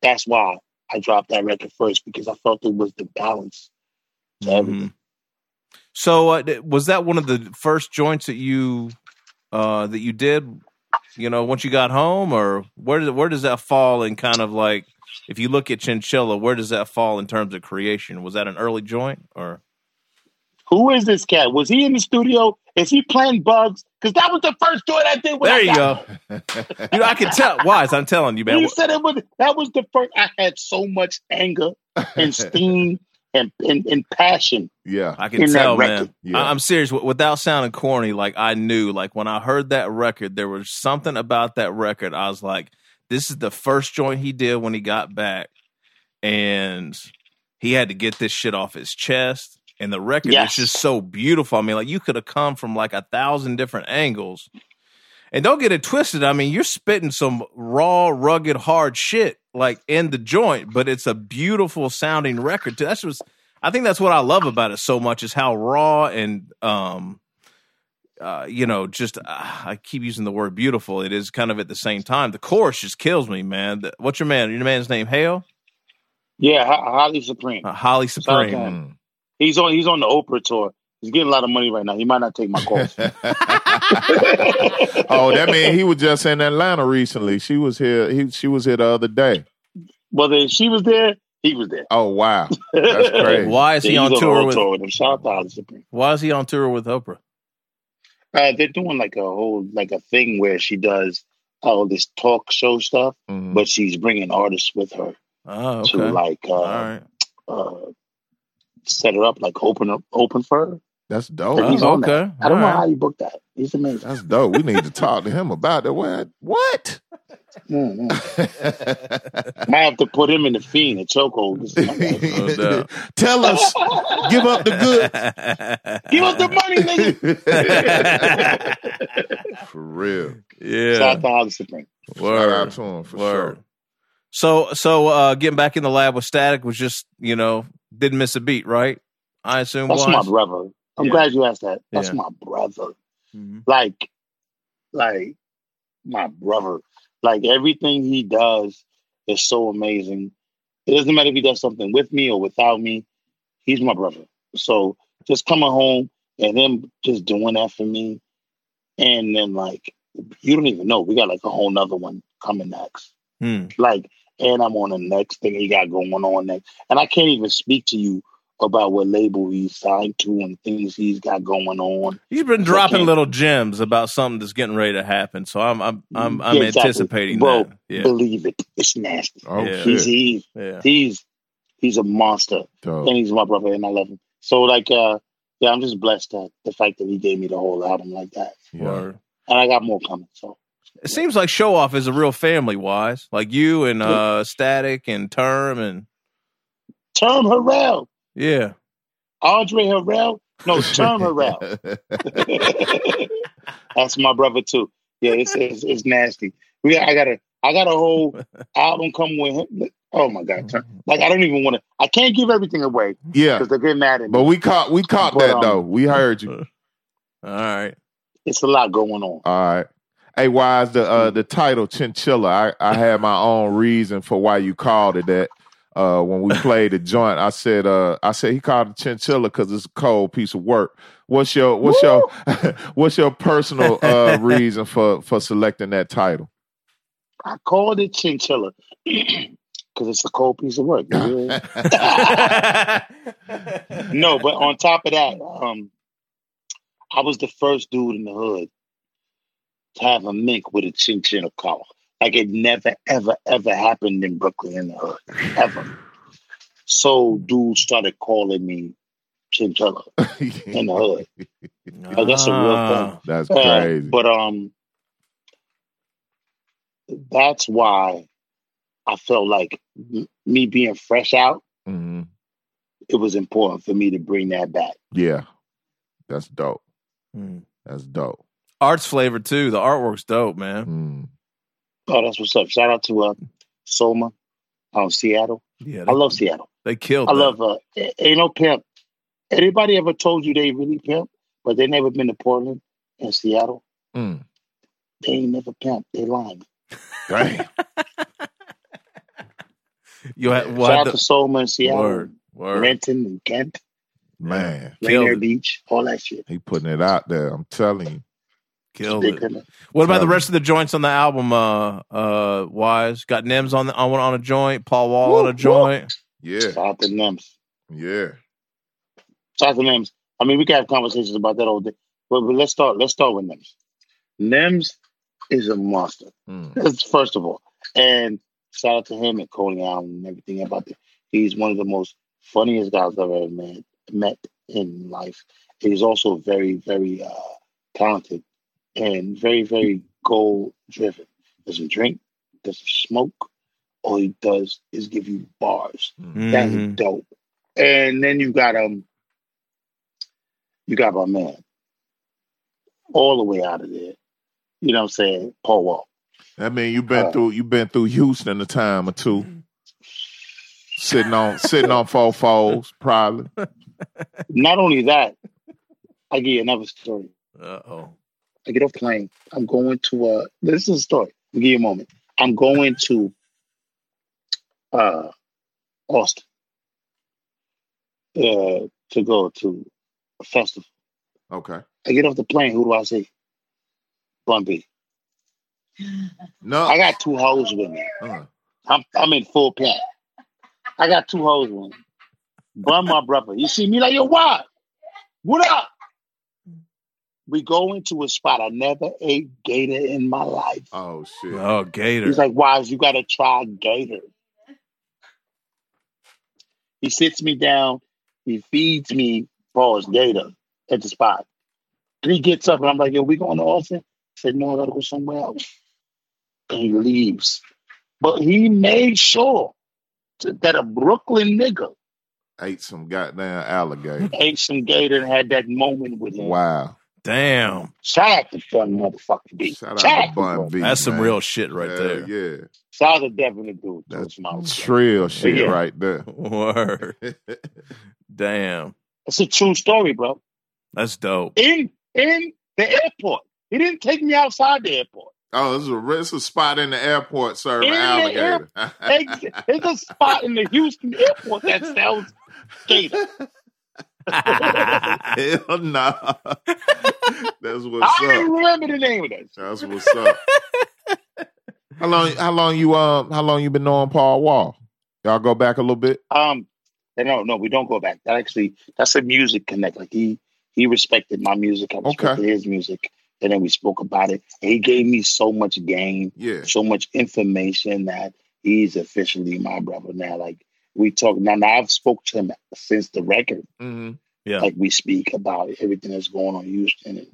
Speaker 3: that's why I dropped that record first because I felt it was the balance to everything.
Speaker 1: Mhm. So uh, th- was that one of the first joints that you uh that you did? You know, once you got home, or where does where does that fall in kind of like if you look at Chinchilla, where does that fall in terms of creation? Was that an early joint or?
Speaker 3: Who is this cat? Was he in the studio? Is he playing bugs? Because that was the first joint I did. When
Speaker 1: There
Speaker 3: I
Speaker 1: you
Speaker 3: got-
Speaker 1: go. You know, I can tell. Wise, I'm telling you, man.
Speaker 3: He said it was. That was the first. I had so much anger
Speaker 1: *laughs*
Speaker 3: and steam and and, and passion.
Speaker 2: *laughs* yeah.
Speaker 1: I can
Speaker 3: in that
Speaker 1: tell, man.
Speaker 3: record.
Speaker 2: Yeah.
Speaker 1: I- I'm serious. W- Without sounding corny, like I knew, like when I heard that record, there was something about that record. I was like, this is the first joint he did when he got back, and he had to get this shit off his chest. And the record
Speaker 3: Yes.
Speaker 1: is just so beautiful. I mean, like you could have come from like a thousand different angles. And don't get it twisted. I mean, you're spitting some raw, rugged, hard shit like in the joint, but it's a beautiful sounding record too. That's what's I think that's what I love about it so much is how raw and um uh, you know, just uh, I keep using the word beautiful. It is kind of at the same time. The chorus just kills me, man. The- what's your man? Your man's name Hale?
Speaker 3: Yeah, Ho- Holly Supreme.
Speaker 1: Uh, Holly Supreme.
Speaker 3: Okay.
Speaker 2: Mm.
Speaker 3: He's on. He's on the Oprah tour. He's getting a lot of money right now. He might not take my Uh, call.
Speaker 2: *laughs*
Speaker 1: *laughs*
Speaker 3: *laughs*
Speaker 2: oh, that mean he was just in Atlanta recently. She was here. He, she was here the other day.
Speaker 3: Whether she was there, he was there.
Speaker 2: Oh wow, that's
Speaker 3: *laughs*
Speaker 2: crazy.
Speaker 1: Why is
Speaker 3: Yeah,
Speaker 1: he
Speaker 3: he's
Speaker 1: on
Speaker 3: the
Speaker 1: tour
Speaker 3: whole
Speaker 1: with
Speaker 3: tour with him. Shout out to Holly Supreme.
Speaker 1: Why is he on tour with Oprah?
Speaker 3: Uh, they're doing like a whole like a thing where she does all this talk show stuff,
Speaker 2: Mhm.
Speaker 3: but she's bringing artists with her
Speaker 1: Oh, okay.
Speaker 3: to like uh,
Speaker 1: All right.
Speaker 3: uh, set her up, like open up, open for her.
Speaker 2: that's
Speaker 3: But
Speaker 2: dope.
Speaker 3: he's
Speaker 1: Oh,
Speaker 3: on
Speaker 1: okay.
Speaker 3: I don't
Speaker 1: All
Speaker 3: know
Speaker 1: right.
Speaker 3: how he booked that. He's amazing.
Speaker 1: Uh,
Speaker 2: That's dope. We need to talk to him about that. What? What?
Speaker 3: Mm, mm. I have to put him in the fiend, a chokehold.
Speaker 1: *laughs*
Speaker 3: This is my guy.
Speaker 1: doubt.
Speaker 2: *laughs* Tell us. Give up the good.
Speaker 1: *laughs*
Speaker 3: *laughs* Give us the money, nigga.
Speaker 2: For real.
Speaker 1: yeah.
Speaker 3: Shout out to Holly Supreme.
Speaker 2: Shout out to him for
Speaker 1: Word.
Speaker 2: sure.
Speaker 1: So so uh getting back in the lab with static was just, you know, didn't miss a beat, right? I assume
Speaker 3: That's my
Speaker 1: Wise?
Speaker 3: brother. I'm
Speaker 1: Yeah.
Speaker 3: glad you asked that. That's
Speaker 1: Yeah.
Speaker 3: my brother.
Speaker 1: Mhm.
Speaker 3: Like, like my brother. Like everything he does is so amazing. It doesn't matter if he does something with me or without me. He's my brother. So just coming home and him just doing that for me, and then like you don't even know we got like a whole nother one coming next.
Speaker 1: Hmm.
Speaker 3: like and I'm on the next thing he got going on next. And I can't even speak to you about what label he's signed to and things he's got going on.
Speaker 1: He's been
Speaker 3: Okay.
Speaker 1: dropping little gems about something that's getting ready to happen. So I'm I'm I'm, I'm
Speaker 3: Yeah, exactly.
Speaker 1: anticipating
Speaker 3: Bro,
Speaker 1: that. Yeah.
Speaker 3: Believe it. It's nasty.
Speaker 2: Oh
Speaker 1: Yeah. Oh.
Speaker 3: He's
Speaker 2: shit.
Speaker 3: he,
Speaker 1: Yeah.
Speaker 3: he's he's a monster. And
Speaker 2: Dope.
Speaker 3: he's my brother and I love him. So like uh yeah, I'm just blessed that the fact that he gave me the whole album like that.
Speaker 2: Yeah.
Speaker 1: Word.
Speaker 3: And I got more coming. So
Speaker 1: It seems like Show Off is a real family, Wise. Like you and uh Static and Term and
Speaker 3: Term Harrell.
Speaker 1: yeah.
Speaker 3: Andre Harrell. No, Term Harrell.
Speaker 1: *laughs*
Speaker 3: *laughs* That's my brother too. Yeah, it's it's, it's nasty. We I got a I got
Speaker 1: *laughs*
Speaker 3: a whole album coming with him. Oh my god, turn- like I don't even want to. I can't give everything away
Speaker 2: *laughs* yeah.
Speaker 3: because they get mad at me.
Speaker 2: But we caught we caught
Speaker 3: But,
Speaker 2: that
Speaker 3: um,
Speaker 2: though. We heard you.
Speaker 1: *laughs* All
Speaker 2: *laughs*
Speaker 1: right.
Speaker 3: it's a lot going on.
Speaker 2: All right. Hey, why is the uh, the title Chinchilla? I, I had my own reason for why you called it that. Uh, when we played the joint, I said, uh, I said he called it chinchilla because it's a cold piece of work. What's your what's your *laughs* what's your personal uh, reason for for selecting that
Speaker 3: *laughs*
Speaker 2: title?
Speaker 3: I called it Chinchilla *clears throat* because it's a cold piece of work. Yeah. *laughs* no, but on top of that, um, I was the first dude in the hood to have a mink with a chinchilla collar. Like it never, ever, ever happened in Brooklyn in the hood, ever. So dudes started calling me chinchilla in the hood. Like, that's a
Speaker 1: Ah.
Speaker 3: real thing.
Speaker 2: *laughs* That's
Speaker 3: Uh,
Speaker 2: crazy.
Speaker 3: but um, that's why I felt like m- me being fresh out,
Speaker 2: Mhm.
Speaker 3: it was important for me to bring that back.
Speaker 2: Yeah, that's dope.
Speaker 1: Mm.
Speaker 2: That's dope.
Speaker 1: Art's flavor too. The artwork's dope, man.
Speaker 2: Mm.
Speaker 3: Oh, that's what's up. Shout out to uh, Soma, um, Seattle.
Speaker 1: Yeah,
Speaker 3: I
Speaker 1: they,
Speaker 3: love Seattle.
Speaker 1: they killed.
Speaker 3: I
Speaker 1: that.
Speaker 3: love uh, a- ain't no pimp. Anybody ever told you they really pimp, but they never been to Portland and Seattle?
Speaker 2: Mm.
Speaker 3: They ain't never pimp. They lying.
Speaker 2: Damn.
Speaker 1: You had
Speaker 3: Shout
Speaker 1: what
Speaker 3: out to Soma and Seattle,
Speaker 1: word word.
Speaker 3: Renton and Kent,
Speaker 2: Man,
Speaker 1: Killed
Speaker 3: Rainier
Speaker 1: it.
Speaker 3: Beach, all that shit.
Speaker 2: he putting it out there. I'm telling you.
Speaker 1: Killed
Speaker 3: They
Speaker 1: it.
Speaker 3: couldn't-
Speaker 1: What about the
Speaker 2: Killed
Speaker 1: rest of the joints on the album? Uh, uh, wise got Nims on the on one on a joint, Paul Wall on
Speaker 3: Woo,
Speaker 1: a
Speaker 3: woo.
Speaker 1: joint.
Speaker 2: Yeah,
Speaker 3: Shout out to Nims.
Speaker 2: yeah.
Speaker 3: Shout out to Nims. I mean, we can have conversations about that all day, but, but let's start. Let's start with Nims. Nims is a monster.
Speaker 2: Mm.
Speaker 3: That's *laughs* first of all. And shout out to him and Coney Island and everything about that. He's one of the most funniest guys I've ever met, met in life. He's also very, very uh, talented and very, very goal driven. Doesn't drink, doesn't smoke. All he does is give you bars.
Speaker 2: Mm.
Speaker 1: Mhm.
Speaker 3: That's dope. And then you got um, you got my man, all the way out of there. You know what I'm saying? Paul Wall.
Speaker 2: I mean, you've been
Speaker 3: Uh,
Speaker 2: through you've been through Houston a time or two, sitting on sitting on four fours probably.
Speaker 3: Not only that, I give you another story.
Speaker 1: Uh oh.
Speaker 3: I get off plane. I'm going to uh this is a story. I'll give you a moment. I'm going to uh Austin uh to go to a festival.
Speaker 2: Okay.
Speaker 3: I get off the plane, who do I see? Bun B.
Speaker 2: No.
Speaker 3: I got two hoes with me.
Speaker 2: Uh,
Speaker 3: I'm I'm in full pack. I got two hoes with me. Bun my brother. You see me like yo, why? What up? We go into a spot. I never ate gator in my life.
Speaker 2: oh shit.
Speaker 1: Oh, Gator.
Speaker 3: He's like, Wise, you gotta try gator. He sits me down, he feeds me Paul's gator at the spot. Then he gets up and I'm like, yo, we going to Austin? I said, no, I gotta go somewhere else. And he leaves. But he made sure to- that a Brooklyn nigga
Speaker 2: Ate some goddamn alligator.
Speaker 3: ate some gator and had that moment with him.
Speaker 2: Wow.
Speaker 1: Damn,
Speaker 3: Shout out to fun motherfucking B.
Speaker 2: Shout out to Bun B.
Speaker 1: that's some
Speaker 2: man.
Speaker 1: real shit right
Speaker 2: Hell
Speaker 1: there.
Speaker 2: Yeah.
Speaker 3: Shout out to Devin the dude.
Speaker 2: That's
Speaker 3: That's my
Speaker 2: trill shit
Speaker 3: Oh, Yeah.
Speaker 2: right there. *laughs*
Speaker 1: Word. Damn,
Speaker 3: It's a true story, bro.
Speaker 1: that's
Speaker 3: *laughs*
Speaker 1: dope. *laughs*
Speaker 3: in in the airport. He didn't take me outside the airport.
Speaker 2: oh, this is a it's a spot in the airport serving
Speaker 3: In the
Speaker 2: alligator.
Speaker 3: Ex- There's a spot in the Houston airport that sells gator.
Speaker 2: Hell nah. That's
Speaker 3: I
Speaker 2: what's
Speaker 3: don't
Speaker 2: up.
Speaker 3: even remember the name of that. shit.
Speaker 2: That's what's up. how long? How long you um? How long you been knowing Paul Wall? Y'all go back a little bit.
Speaker 3: Um, and no, no, we don't go back. That actually, that's a music connect. Like he he respected my music. I respected his music, and then we spoke about it. And he gave me so much game,
Speaker 2: Yeah.
Speaker 3: so much information that he's officially my brother now. Like we talk now. now I've spoke to him since the record.
Speaker 2: Mm-hmm.
Speaker 1: Yeah.
Speaker 3: like we speak about everything that's going on in Houston and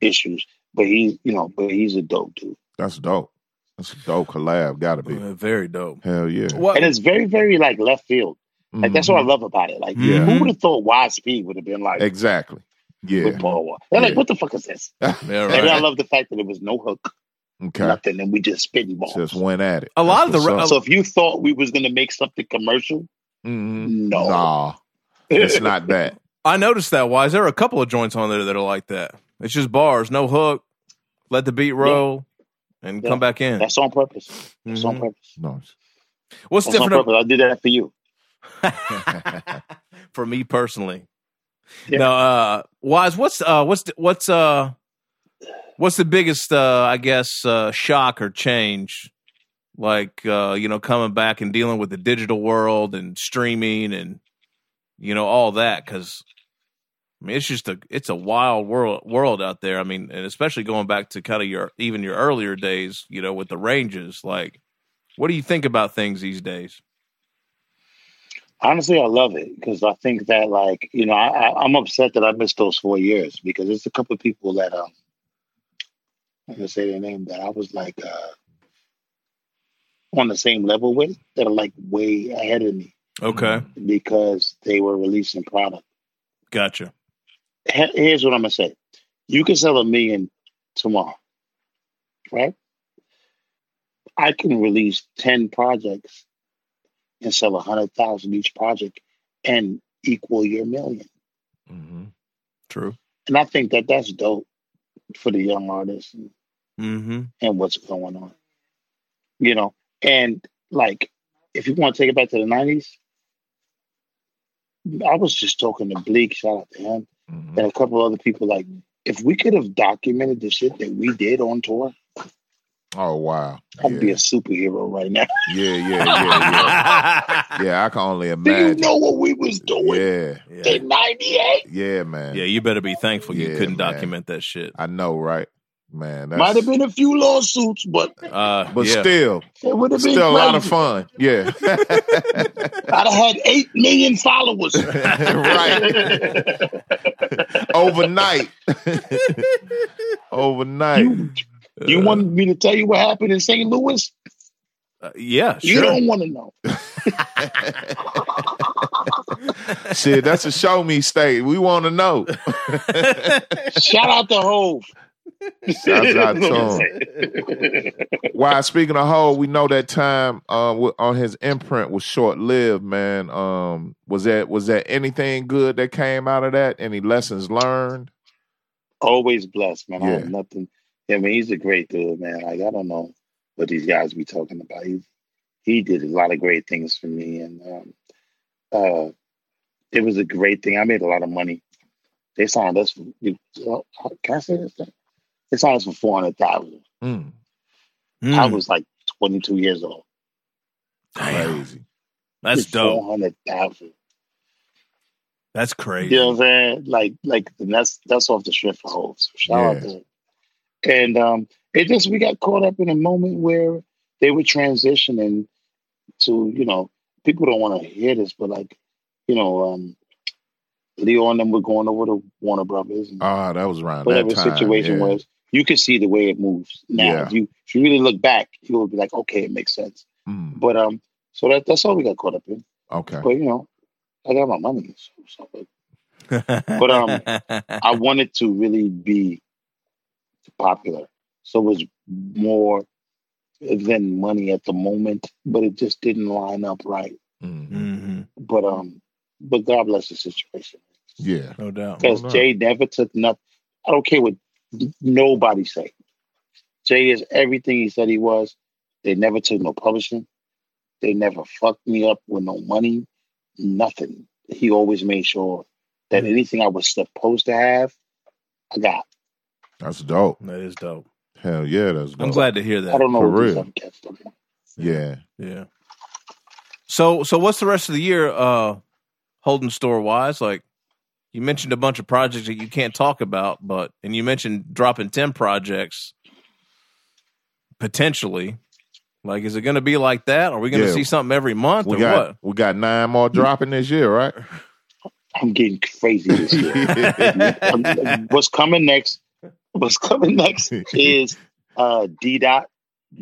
Speaker 3: issues. But he's you know, but he's a dope dude.
Speaker 2: That's dope. That's a dope collab. Gotta be.
Speaker 1: Uh, Very dope.
Speaker 2: Hell yeah.
Speaker 1: What?
Speaker 3: And it's very, very like left field. Like that's what I
Speaker 2: Mhm.
Speaker 3: love about it. Like
Speaker 1: Yeah.
Speaker 3: who would have thought Wide Speed would have been like
Speaker 2: Exactly.
Speaker 3: with
Speaker 2: Yeah.
Speaker 3: Paul Wall? They're like,
Speaker 2: Yeah.
Speaker 3: what the fuck is this?
Speaker 1: Yeah,
Speaker 3: And then I
Speaker 1: right.
Speaker 3: love the fact that it was no hook,
Speaker 2: Okay.
Speaker 3: nothing, and we just spitting balls.
Speaker 2: Just went at it.
Speaker 1: A lot of the re-
Speaker 3: so if you thought we was gonna make something commercial,
Speaker 2: hmm
Speaker 3: no. *laughs*
Speaker 2: Nah, it's not that.
Speaker 1: I noticed that. Why is there are a couple of joints on there that are like that? It's just bars, no hook. Let the beat roll, and
Speaker 3: Yeah.
Speaker 1: come back in.
Speaker 3: That's on purpose. That's on
Speaker 2: Mm-hmm.
Speaker 1: Mhm.
Speaker 3: purpose.
Speaker 2: No.
Speaker 1: What's
Speaker 3: That's on
Speaker 1: different?
Speaker 3: purpose. I did that for you.
Speaker 1: *laughs* for me personally.
Speaker 3: Yeah.
Speaker 1: Now, uh, Wise, what's uh, what's the, what's uh, what's the biggest uh, I guess uh, shock or change? Like uh, you know, coming back and dealing with the digital world and streaming and you know all that because I mean it's just a it's a wild world world out there. I mean, and especially going back to kind of your even your earlier days, you know, with the ranges. Like, what do you think about things these days?
Speaker 3: Honestly, I love it because I think that, like, you know, I, I, I'm upset that I missed those four years because there's a couple of people that, um, I'm gonna say their name that I was like uh, on the same level with that are like way ahead of me
Speaker 1: Okay.
Speaker 3: because they were releasing product.
Speaker 1: Gotcha.
Speaker 3: He- Here's what I'm gonna say: you can sell a million tomorrow, right? I can release ten projects and sell a hundred thousand each project and equal your million.
Speaker 2: Mm-hmm.
Speaker 1: True.
Speaker 3: And I think that that's dope for the young artists and,
Speaker 1: Mm-hmm.
Speaker 3: and what's going on. You know, and like if you want to take it back to the nineties, I was just talking to Bleak, shout out to him,
Speaker 2: Mm-hmm.
Speaker 3: and a couple other people like if we could have documented the shit that we did on tour,
Speaker 2: Oh wow.
Speaker 3: I'd be a
Speaker 2: Yeah.
Speaker 3: superhero right now. *laughs*
Speaker 2: yeah, yeah, yeah, yeah.
Speaker 1: *laughs*
Speaker 2: Yeah, I can only
Speaker 3: Do you
Speaker 2: imagine.
Speaker 3: know what we was doing
Speaker 2: Yeah,
Speaker 1: yeah.
Speaker 3: in ninety eight?
Speaker 2: yeah, man.
Speaker 1: Yeah, you better be thankful you
Speaker 2: Yeah,
Speaker 1: couldn't
Speaker 2: man.
Speaker 1: document that shit.
Speaker 2: I know, right? Man, that's,
Speaker 3: Might have been a few lawsuits, but
Speaker 1: Uh,
Speaker 2: but
Speaker 1: yeah.
Speaker 2: still,
Speaker 3: it would have been
Speaker 2: still a lot of
Speaker 3: crazy.
Speaker 2: fun.
Speaker 3: *laughs*
Speaker 2: Yeah,
Speaker 3: I'd have had eight million followers.
Speaker 2: *laughs* right. Overnight, overnight.
Speaker 3: you, you wanted me to tell you what happened in St. Louis?
Speaker 1: Uh, yeah,
Speaker 3: You
Speaker 1: sure.
Speaker 3: don't *laughs* want to know.
Speaker 2: *laughs* Shit, that's a show me state. We want to know.
Speaker 3: Shout out to Hove.
Speaker 2: Shout out
Speaker 3: *laughs*
Speaker 2: to him. Why? Speaking of whole, we know that time uh, wi- on his imprint was short lived. Man, um, was that was that anything good that came out of that? Any lessons learned?
Speaker 3: Always blessed, man. I
Speaker 2: Yeah.
Speaker 3: have nothing. I mean, he's a great dude, man. Like I don't know what these guys be talking about. He he did a lot of great things for me, and um, uh, it was a great thing. I made a lot of money. They signed us. For, you- oh, can I say this thing? They signed us for four hundred thousand.
Speaker 2: Mm,
Speaker 1: *laughs* Mm,
Speaker 3: I was like twenty two years old.
Speaker 1: damn,
Speaker 2: crazy.
Speaker 1: that's dope.
Speaker 3: Four hundred thousand.
Speaker 1: That's crazy. *laughs*
Speaker 3: You know what I'm saying? Like, like and that's that's off the shrift for hoes. So shout out
Speaker 2: Yeah.
Speaker 3: to him. And um, it just we got caught up in a moment where they were transitioning to you know people don't want to hear this, but like you know, um, Leo and them were going over to Warner Brothers and
Speaker 2: Ah, that was around
Speaker 3: whatever
Speaker 2: that time.
Speaker 3: situation
Speaker 2: yeah.
Speaker 3: was. You could see the way it moves now.
Speaker 2: Yeah.
Speaker 3: If you if you really look back, you will be like, okay, it makes sense.
Speaker 2: Mm,
Speaker 3: But um, so that that's all we got caught up in.
Speaker 2: okay.
Speaker 3: But you know, I got my money, so, so it But, um, I wanted to really be popular. So it was more than money at the moment, but it just didn't line up right.
Speaker 2: Mm,
Speaker 1: hmm
Speaker 3: But um but God bless the situation.
Speaker 2: yeah.
Speaker 1: no doubt.
Speaker 3: Because
Speaker 2: Hold on.
Speaker 3: Jay never took nothing. I don't care what nobody say. Jay is everything he said he was. They never took no publishing. They never fucked me up with no money, nothing. He always made sure that anything I was supposed to have, I got.
Speaker 2: That's dope.
Speaker 1: That is dope.
Speaker 2: Hell yeah, that's dope.
Speaker 1: I'm glad to hear
Speaker 3: I
Speaker 1: that.
Speaker 3: don't know
Speaker 2: For
Speaker 3: what these
Speaker 2: real.
Speaker 3: other cats do.
Speaker 2: Yeah.
Speaker 1: Yeah. So, so what's the rest of the year uh holding store wise? Like you mentioned a bunch of projects that you can't talk about, but and you mentioned dropping ten projects potentially. Like, is it going to be like that? Are we going to
Speaker 2: Yeah.
Speaker 1: see something every month
Speaker 2: We
Speaker 1: or
Speaker 2: got
Speaker 1: what?
Speaker 2: we got nine more dropping this year, right? *laughs*
Speaker 3: I'm getting crazy *laughs* this year.
Speaker 2: *laughs*
Speaker 3: I'm- what's coming next? What's coming next is uh, D Dot,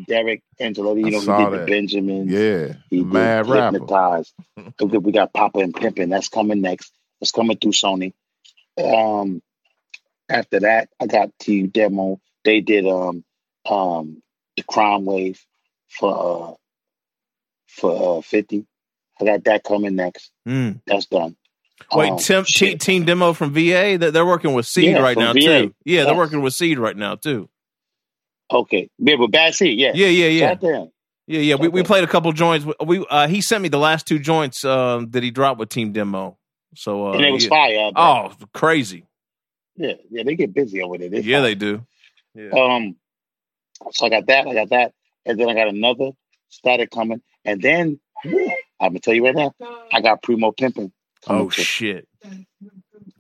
Speaker 3: Derek Angelotti.
Speaker 2: I
Speaker 3: You know, he
Speaker 2: saw
Speaker 3: did the
Speaker 2: that.
Speaker 3: Benjamins.
Speaker 2: yeah.
Speaker 3: He did
Speaker 2: Mad rapper. *laughs*
Speaker 3: Hypnotized. we got Papa and Pimpin'. That's coming next. That's coming through Sony. Um, after that, I got T Demo. They did um um the Crime Wave for uh, for uh, fifty. I got that coming next.
Speaker 1: Mm.
Speaker 3: That's done.
Speaker 1: Wait,
Speaker 3: Um,
Speaker 1: Tim,
Speaker 3: shit.
Speaker 1: Te- Team Demo from VA? They're, they're working with Seed
Speaker 3: Yeah,
Speaker 1: right
Speaker 3: from
Speaker 1: now,
Speaker 3: VA.
Speaker 1: too. Yeah, they're
Speaker 3: Yes.
Speaker 1: working with Seed right now, too.
Speaker 3: Okay. Yeah, but Bad Seed, yeah.
Speaker 1: Yeah, yeah, yeah.
Speaker 3: Shout out to him.
Speaker 1: Yeah, yeah. We, we
Speaker 3: Okay.
Speaker 1: played a couple joints. We uh, He sent me the last two joints um, that he dropped with Team Demo. So, uh,
Speaker 3: and it was
Speaker 1: yeah.
Speaker 3: fire. I bet.
Speaker 1: Oh, crazy.
Speaker 3: Yeah, yeah, they get busy over there.
Speaker 1: yeah, they do.
Speaker 3: they um so I got that, I got that, and then I got another static coming. And then I'm gonna tell you right now, I got Primo Pimpin coming.
Speaker 1: Oh,
Speaker 3: too.
Speaker 1: shit.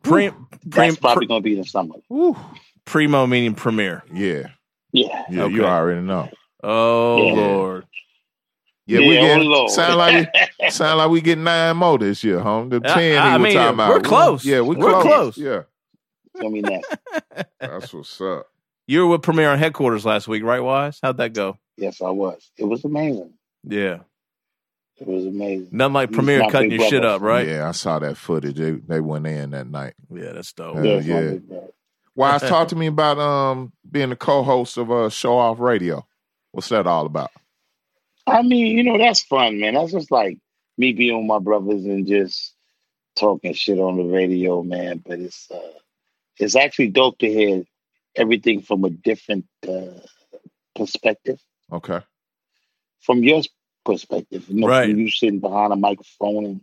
Speaker 1: Prim, prim,
Speaker 3: That's probably
Speaker 1: prim,
Speaker 3: gonna be in the summer.
Speaker 1: Woo. primo meaning premiere.
Speaker 2: Yeah.
Speaker 3: Yeah.
Speaker 2: Yeah,
Speaker 1: Okay.
Speaker 2: you already know.
Speaker 1: Oh,
Speaker 3: Yeah.
Speaker 1: Lord.
Speaker 2: Yeah, we
Speaker 3: Yeah, oh,
Speaker 2: get
Speaker 3: Lord.
Speaker 2: sound like
Speaker 3: *laughs*
Speaker 2: we sound like we get nine more this year, home. The
Speaker 1: I-
Speaker 2: ten he
Speaker 1: I
Speaker 2: was
Speaker 1: mean,
Speaker 2: talking about.
Speaker 1: we're close.
Speaker 2: Yeah, we're,
Speaker 1: We're
Speaker 2: close.
Speaker 1: close.
Speaker 2: Yeah,
Speaker 3: I
Speaker 1: *laughs*
Speaker 3: mean that.
Speaker 2: that's what's up.
Speaker 1: You were with Premier on headquarters last week, right? Wise? How'd that go?
Speaker 3: Yes, I was. It was amazing.
Speaker 1: Yeah,
Speaker 3: It was amazing.
Speaker 1: nothing like
Speaker 3: He's
Speaker 1: Premier
Speaker 3: my
Speaker 1: cutting
Speaker 3: big
Speaker 1: your shit
Speaker 3: brother.
Speaker 1: up, right? Yeah,
Speaker 2: Yeah, I saw that footage. They they went in that night.
Speaker 1: that's dope.
Speaker 2: Yeah,
Speaker 3: Yes, my
Speaker 2: yeah.
Speaker 3: big brother.
Speaker 2: Wise, talk to me about um being the co-host of uh Show Off Radio. What's that all about?
Speaker 3: I mean, you know, that's fun, man. That's just like me being with my brothers and just talking shit on the radio, man. But it's uh, it's actually dope to hear everything from a different uh, perspective,
Speaker 2: Okay.
Speaker 3: from your perspective. You know,
Speaker 1: Right.
Speaker 3: from you sitting behind a microphone and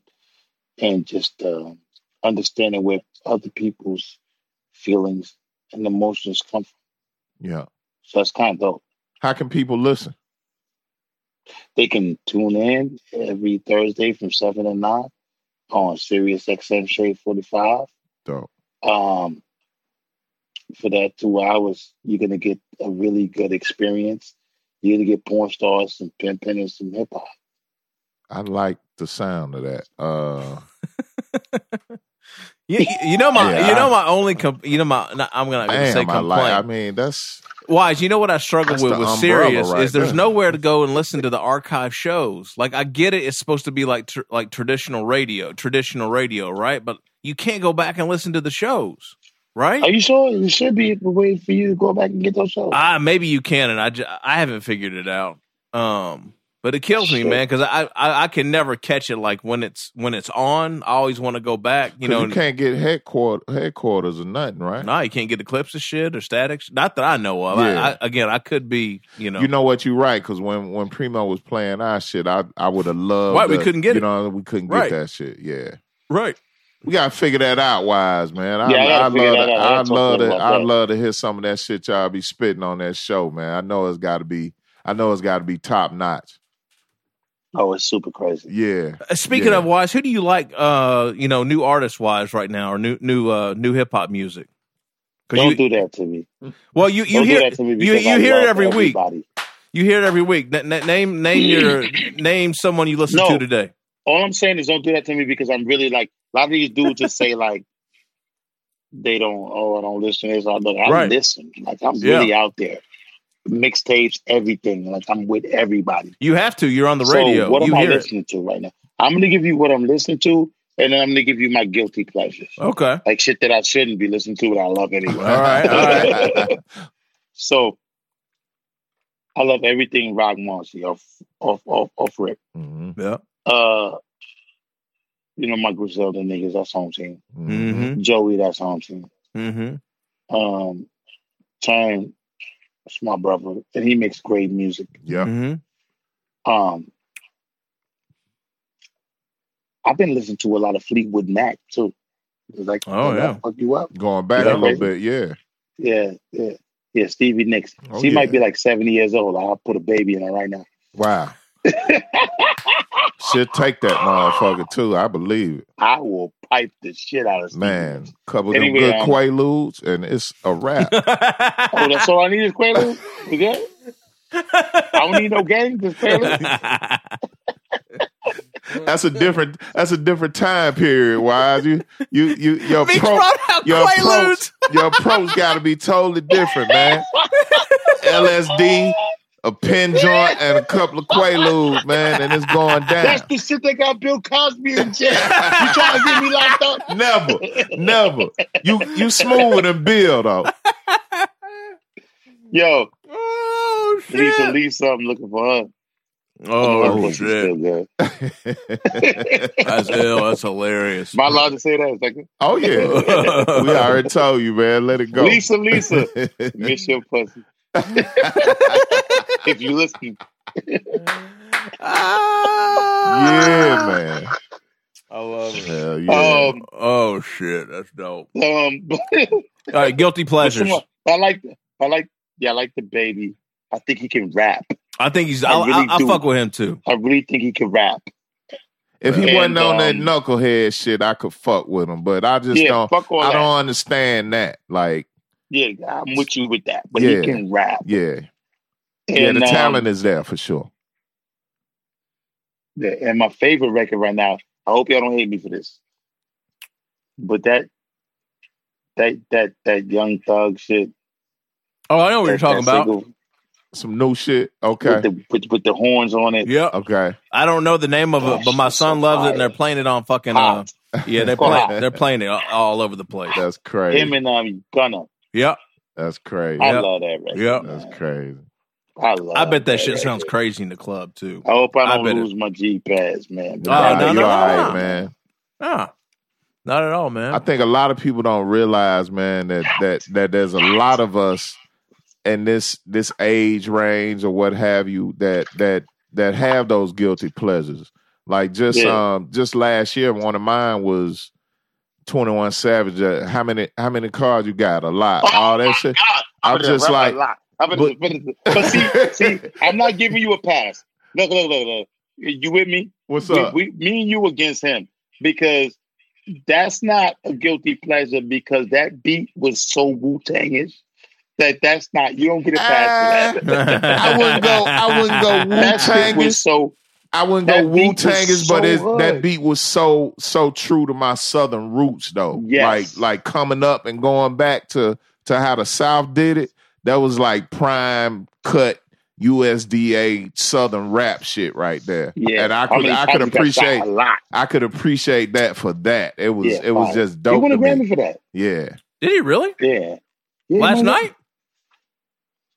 Speaker 3: and just uh, understanding where other people's feelings and emotions come from.
Speaker 2: Yeah.
Speaker 3: So it's kind of dope.
Speaker 2: How can people listen?
Speaker 3: They can tune in every Thursday from seven to nine on Sirius XM Shade Forty Five.
Speaker 2: Dope.
Speaker 3: Um, for that two hours, you're gonna get a really good experience. You're gonna get porn stars, some pimping, and some hip hop.
Speaker 2: I like the sound of that. Uh
Speaker 1: You, you- you know my,
Speaker 2: Yeah,
Speaker 1: you know
Speaker 2: I-
Speaker 1: my only, comp- you know my, no, I'm gonna,
Speaker 2: damn,
Speaker 1: say
Speaker 2: I
Speaker 1: complaint.
Speaker 2: like I mean that's
Speaker 1: Wise, you know what I struggle
Speaker 2: That's
Speaker 1: with
Speaker 2: the
Speaker 1: with
Speaker 2: umbrella
Speaker 1: Sirius
Speaker 2: right
Speaker 1: is there's
Speaker 2: there.
Speaker 1: nowhere to go and listen to the archive shows. Like I get it, it's supposed to be like tr- like traditional radio, traditional radio, right? But you can't go back and listen to the shows,
Speaker 3: Are
Speaker 1: right?
Speaker 3: you sure? You should be waiting for you to go back and get those shows.
Speaker 1: Ah, maybe you can, and I ju- I haven't figured it out. Um, but it kills me,
Speaker 3: Shit.
Speaker 1: man, because I, I I can never catch it. Like when it's when it's on, I always want to go back. You
Speaker 2: you
Speaker 1: know,
Speaker 2: you can't get headquarter headquarters or nothing, right?
Speaker 1: no, you can't get the clips of shit or statics. Not that I know of.
Speaker 2: Yeah.
Speaker 1: I, I, again, I could be, you know,
Speaker 2: You know what? You're right. Because when when Primo was playing our shit, I I would have loved.
Speaker 1: Right, we
Speaker 2: the-
Speaker 1: couldn't get
Speaker 2: you
Speaker 1: it.
Speaker 2: know we couldn't
Speaker 1: Right.
Speaker 2: get that shit. Yeah,
Speaker 1: right?
Speaker 2: we gotta figure that out, wise man. I,
Speaker 3: Yeah, I gotta
Speaker 2: I,
Speaker 3: figure
Speaker 2: love
Speaker 3: that
Speaker 2: to,
Speaker 3: out. I
Speaker 2: I
Speaker 3: gotta talk
Speaker 2: love
Speaker 3: to
Speaker 2: to
Speaker 3: him about
Speaker 2: I
Speaker 3: that.
Speaker 2: love to hear some of that shit y'all be spitting on that show, man. I know it's got to be. I know it's got to be top notch.
Speaker 3: Oh, it's super crazy.
Speaker 2: Yeah,
Speaker 1: Uh, Speaking
Speaker 2: Yeah.
Speaker 1: of wise, who do you like? Uh, you know, new artist wise right now, or new new uh, new hip hop music? 'Cause
Speaker 3: Don't
Speaker 1: you,
Speaker 3: do that to me.
Speaker 1: well, you you
Speaker 3: Don't
Speaker 1: hear
Speaker 3: do that to me.
Speaker 1: you
Speaker 3: because
Speaker 1: you
Speaker 3: I
Speaker 1: hear it
Speaker 3: love
Speaker 1: every week.
Speaker 3: everybody.
Speaker 1: You hear it every week. N- n- name name your
Speaker 3: *laughs*
Speaker 1: name someone you listen
Speaker 3: No.
Speaker 1: to today.
Speaker 3: All I'm saying is don't do that to me because I'm really like a lot of these dudes just say like they don't oh I don't listen to this I don't I
Speaker 1: Right.
Speaker 3: listen like I'm
Speaker 1: Yeah.
Speaker 3: really out there mixtapes everything like I'm with everybody
Speaker 1: You have to. You're on the
Speaker 3: so
Speaker 1: radio.
Speaker 3: what
Speaker 1: you
Speaker 3: am I
Speaker 1: hear
Speaker 3: listening to right now I'm gonna give you what I'm listening to and then I'm gonna give you my guilty pleasures
Speaker 1: it. Okay.
Speaker 3: like shit that I shouldn't be listening to but I love
Speaker 2: all
Speaker 3: anyway
Speaker 1: right, all
Speaker 3: right. so I love everything Rock Marcy off off off off rip
Speaker 2: *laughs* mm-hmm.
Speaker 1: Yeah.
Speaker 3: uh you know my Griselda niggas that's home team
Speaker 1: Mm-hmm.
Speaker 3: Joey, that's home team.
Speaker 1: Mm-hmm.
Speaker 3: Um, Turn, that's my brother, and he makes great music.
Speaker 2: Yeah,
Speaker 1: Mm-hmm.
Speaker 3: Um, I've been listening to a lot of Fleetwood Mac too. It's like,
Speaker 1: Oh,
Speaker 3: oh
Speaker 1: yeah.
Speaker 3: yeah, fuck you up.
Speaker 2: going back
Speaker 3: Yeah.
Speaker 2: a little bit. Yeah,
Speaker 3: Yeah, yeah, yeah. Stevie Nicks.
Speaker 2: Oh,
Speaker 3: she might
Speaker 2: yeah.
Speaker 3: be like seventy years old. I'll put a baby in her right now.
Speaker 2: wow. Should take that motherfucker too. I believe it,
Speaker 3: I will pipe the shit out of Stevie
Speaker 2: man.
Speaker 3: Nicks.
Speaker 2: Couple
Speaker 3: Anyway,
Speaker 2: of them good
Speaker 3: um,
Speaker 2: quaaludes, and it's a wrap.
Speaker 1: Mm-hmm.
Speaker 3: Oh,
Speaker 1: *laughs*
Speaker 3: that's all I need is Quaalude. We good? I don't need no gang. Just Quaalude.
Speaker 2: That's a different. That's a different time period. Wise, you you you
Speaker 1: *laughs*
Speaker 2: your
Speaker 1: Mitch
Speaker 2: pro,
Speaker 1: brought out
Speaker 2: your
Speaker 1: Quaaludes.
Speaker 2: your approach got to be totally different, *laughs* man. LSD, a pen joint, and a couple of quaaludes, man, and it's going down. *laughs*
Speaker 3: That's the shit that got Bill Cosby in jail. You trying to get me locked up?
Speaker 2: Never, never. You you smoother than Bill though. *laughs*
Speaker 3: Yo,
Speaker 1: Oh
Speaker 3: Lisa
Speaker 1: shit!
Speaker 3: Lee, something looking for her. her
Speaker 1: Oh
Speaker 3: pussy's
Speaker 1: shit!
Speaker 3: still good.
Speaker 1: That's ill. That's hilarious. *laughs*
Speaker 3: Am I allowed to say that? It's like,
Speaker 2: oh yeah, we already told you, man. Let it go. *laughs*
Speaker 3: Lisa, Lisa, miss your pussy. If you listen,
Speaker 2: yeah,
Speaker 1: yeah,
Speaker 2: man.
Speaker 1: I love it.
Speaker 2: Hell yeah.
Speaker 3: um,
Speaker 1: Oh shit, that's dope.
Speaker 3: um, *laughs*
Speaker 1: All right, guilty pleasures.
Speaker 3: come on. I like, I like, yeah, I like the baby. I think he can rap.
Speaker 1: I think he's.
Speaker 3: I
Speaker 1: I,
Speaker 3: really
Speaker 1: I, I
Speaker 3: do.
Speaker 1: fuck with him too.
Speaker 3: I really think he can rap.
Speaker 2: if he
Speaker 3: And,
Speaker 2: wasn't on that
Speaker 3: um,
Speaker 2: knucklehead shit, I could fuck with him. But I just
Speaker 3: yeah,
Speaker 2: don't.
Speaker 3: fuck all
Speaker 2: I
Speaker 3: that.
Speaker 2: don't understand that. Like,
Speaker 3: yeah, I'm with you with that. But
Speaker 2: Yeah.
Speaker 3: he can rap.
Speaker 2: yeah, yeah,
Speaker 3: And,
Speaker 2: the
Speaker 3: um,
Speaker 2: talent is there for sure.
Speaker 3: The, and my favorite record right now. I hope y'all don't hate me for this, but that that that that Young Thug shit.
Speaker 1: Oh, I know what
Speaker 3: that-
Speaker 1: you're talking
Speaker 3: that
Speaker 1: about.
Speaker 3: single
Speaker 2: Some new shit.
Speaker 3: With
Speaker 2: Okay.
Speaker 3: the, with, with the horns on it.
Speaker 1: Yep.
Speaker 2: Okay.
Speaker 1: I don't know the name of it,
Speaker 3: Gosh,
Speaker 1: but my
Speaker 3: that's so
Speaker 1: son loves it,
Speaker 3: fire.
Speaker 1: and they're playing it on fucking. Uh,
Speaker 3: Hot.
Speaker 2: *laughs*
Speaker 1: yeah,
Speaker 3: *laughs*
Speaker 1: they're
Speaker 3: Fuck.
Speaker 1: playing. They're playing it all, all over the place.
Speaker 2: That's
Speaker 3: Him
Speaker 2: crazy.
Speaker 3: and um Gunna.
Speaker 1: Yep.
Speaker 2: That's crazy.
Speaker 1: Yeah.
Speaker 3: I love that record.
Speaker 1: Yeah.
Speaker 3: man.
Speaker 2: That's crazy.
Speaker 1: Oh,
Speaker 3: I love.
Speaker 1: I bet that shit
Speaker 3: record.
Speaker 1: sounds crazy in the club too.
Speaker 3: I hope I
Speaker 1: I
Speaker 3: don't
Speaker 1: bet it-
Speaker 3: lose my G pads, man.
Speaker 1: Oh, no,
Speaker 2: Nah,
Speaker 1: no,
Speaker 2: you
Speaker 1: no,
Speaker 2: all right,
Speaker 1: no.
Speaker 2: man.
Speaker 1: Nah, not at all, man.
Speaker 2: I
Speaker 3: *laughs*
Speaker 2: think a lot of people don't realize, man, that that that there's a lot of us in this this age range or what have you that that that have those guilty pleasures. Like just
Speaker 3: Yeah.
Speaker 2: um just last year, one of mine was Twenty One Savage. Uh, how many how many cars you got? A lot. All that shit.
Speaker 3: God, *laughs*
Speaker 2: I'm
Speaker 3: gonna
Speaker 2: just
Speaker 3: rap
Speaker 2: like-
Speaker 3: a lot. I'm gonna- but see, see, I'm not giving you a pass. Look, look, look, look. You with me?
Speaker 2: What's
Speaker 3: We-
Speaker 2: up?
Speaker 3: We, me and you against him because that's not a guilty pleasure because that beat was so Wu Tangish that that's not. You don't get a pass for that.
Speaker 2: I wouldn't go. I wouldn't
Speaker 1: *laughs*
Speaker 2: go
Speaker 1: Uh,
Speaker 2: Wu
Speaker 3: That shit
Speaker 2: Tangers.
Speaker 3: was so
Speaker 2: I wouldn't go
Speaker 3: That beat
Speaker 2: Wu
Speaker 3: was
Speaker 2: Tangers,
Speaker 3: so
Speaker 2: but it's, that
Speaker 3: good.
Speaker 2: beat was so so true to my southern roots, though.
Speaker 3: Yes.
Speaker 2: Like like coming up and going back to to how the South did it. That was like prime cut USDA southern rap shit right there.
Speaker 3: yeah.
Speaker 2: and I could I,
Speaker 3: mean,
Speaker 2: could
Speaker 3: think that's
Speaker 2: appreciate
Speaker 3: a lot.
Speaker 2: I could appreciate that for that. It was
Speaker 3: Yeah,
Speaker 2: it was
Speaker 3: fine.
Speaker 2: just
Speaker 3: You
Speaker 2: dope.
Speaker 3: won a
Speaker 2: to me.
Speaker 3: Grammy for that?
Speaker 2: Yeah,
Speaker 1: Did he really
Speaker 3: Yeah. Yeah,
Speaker 1: last
Speaker 3: you know what?
Speaker 1: night?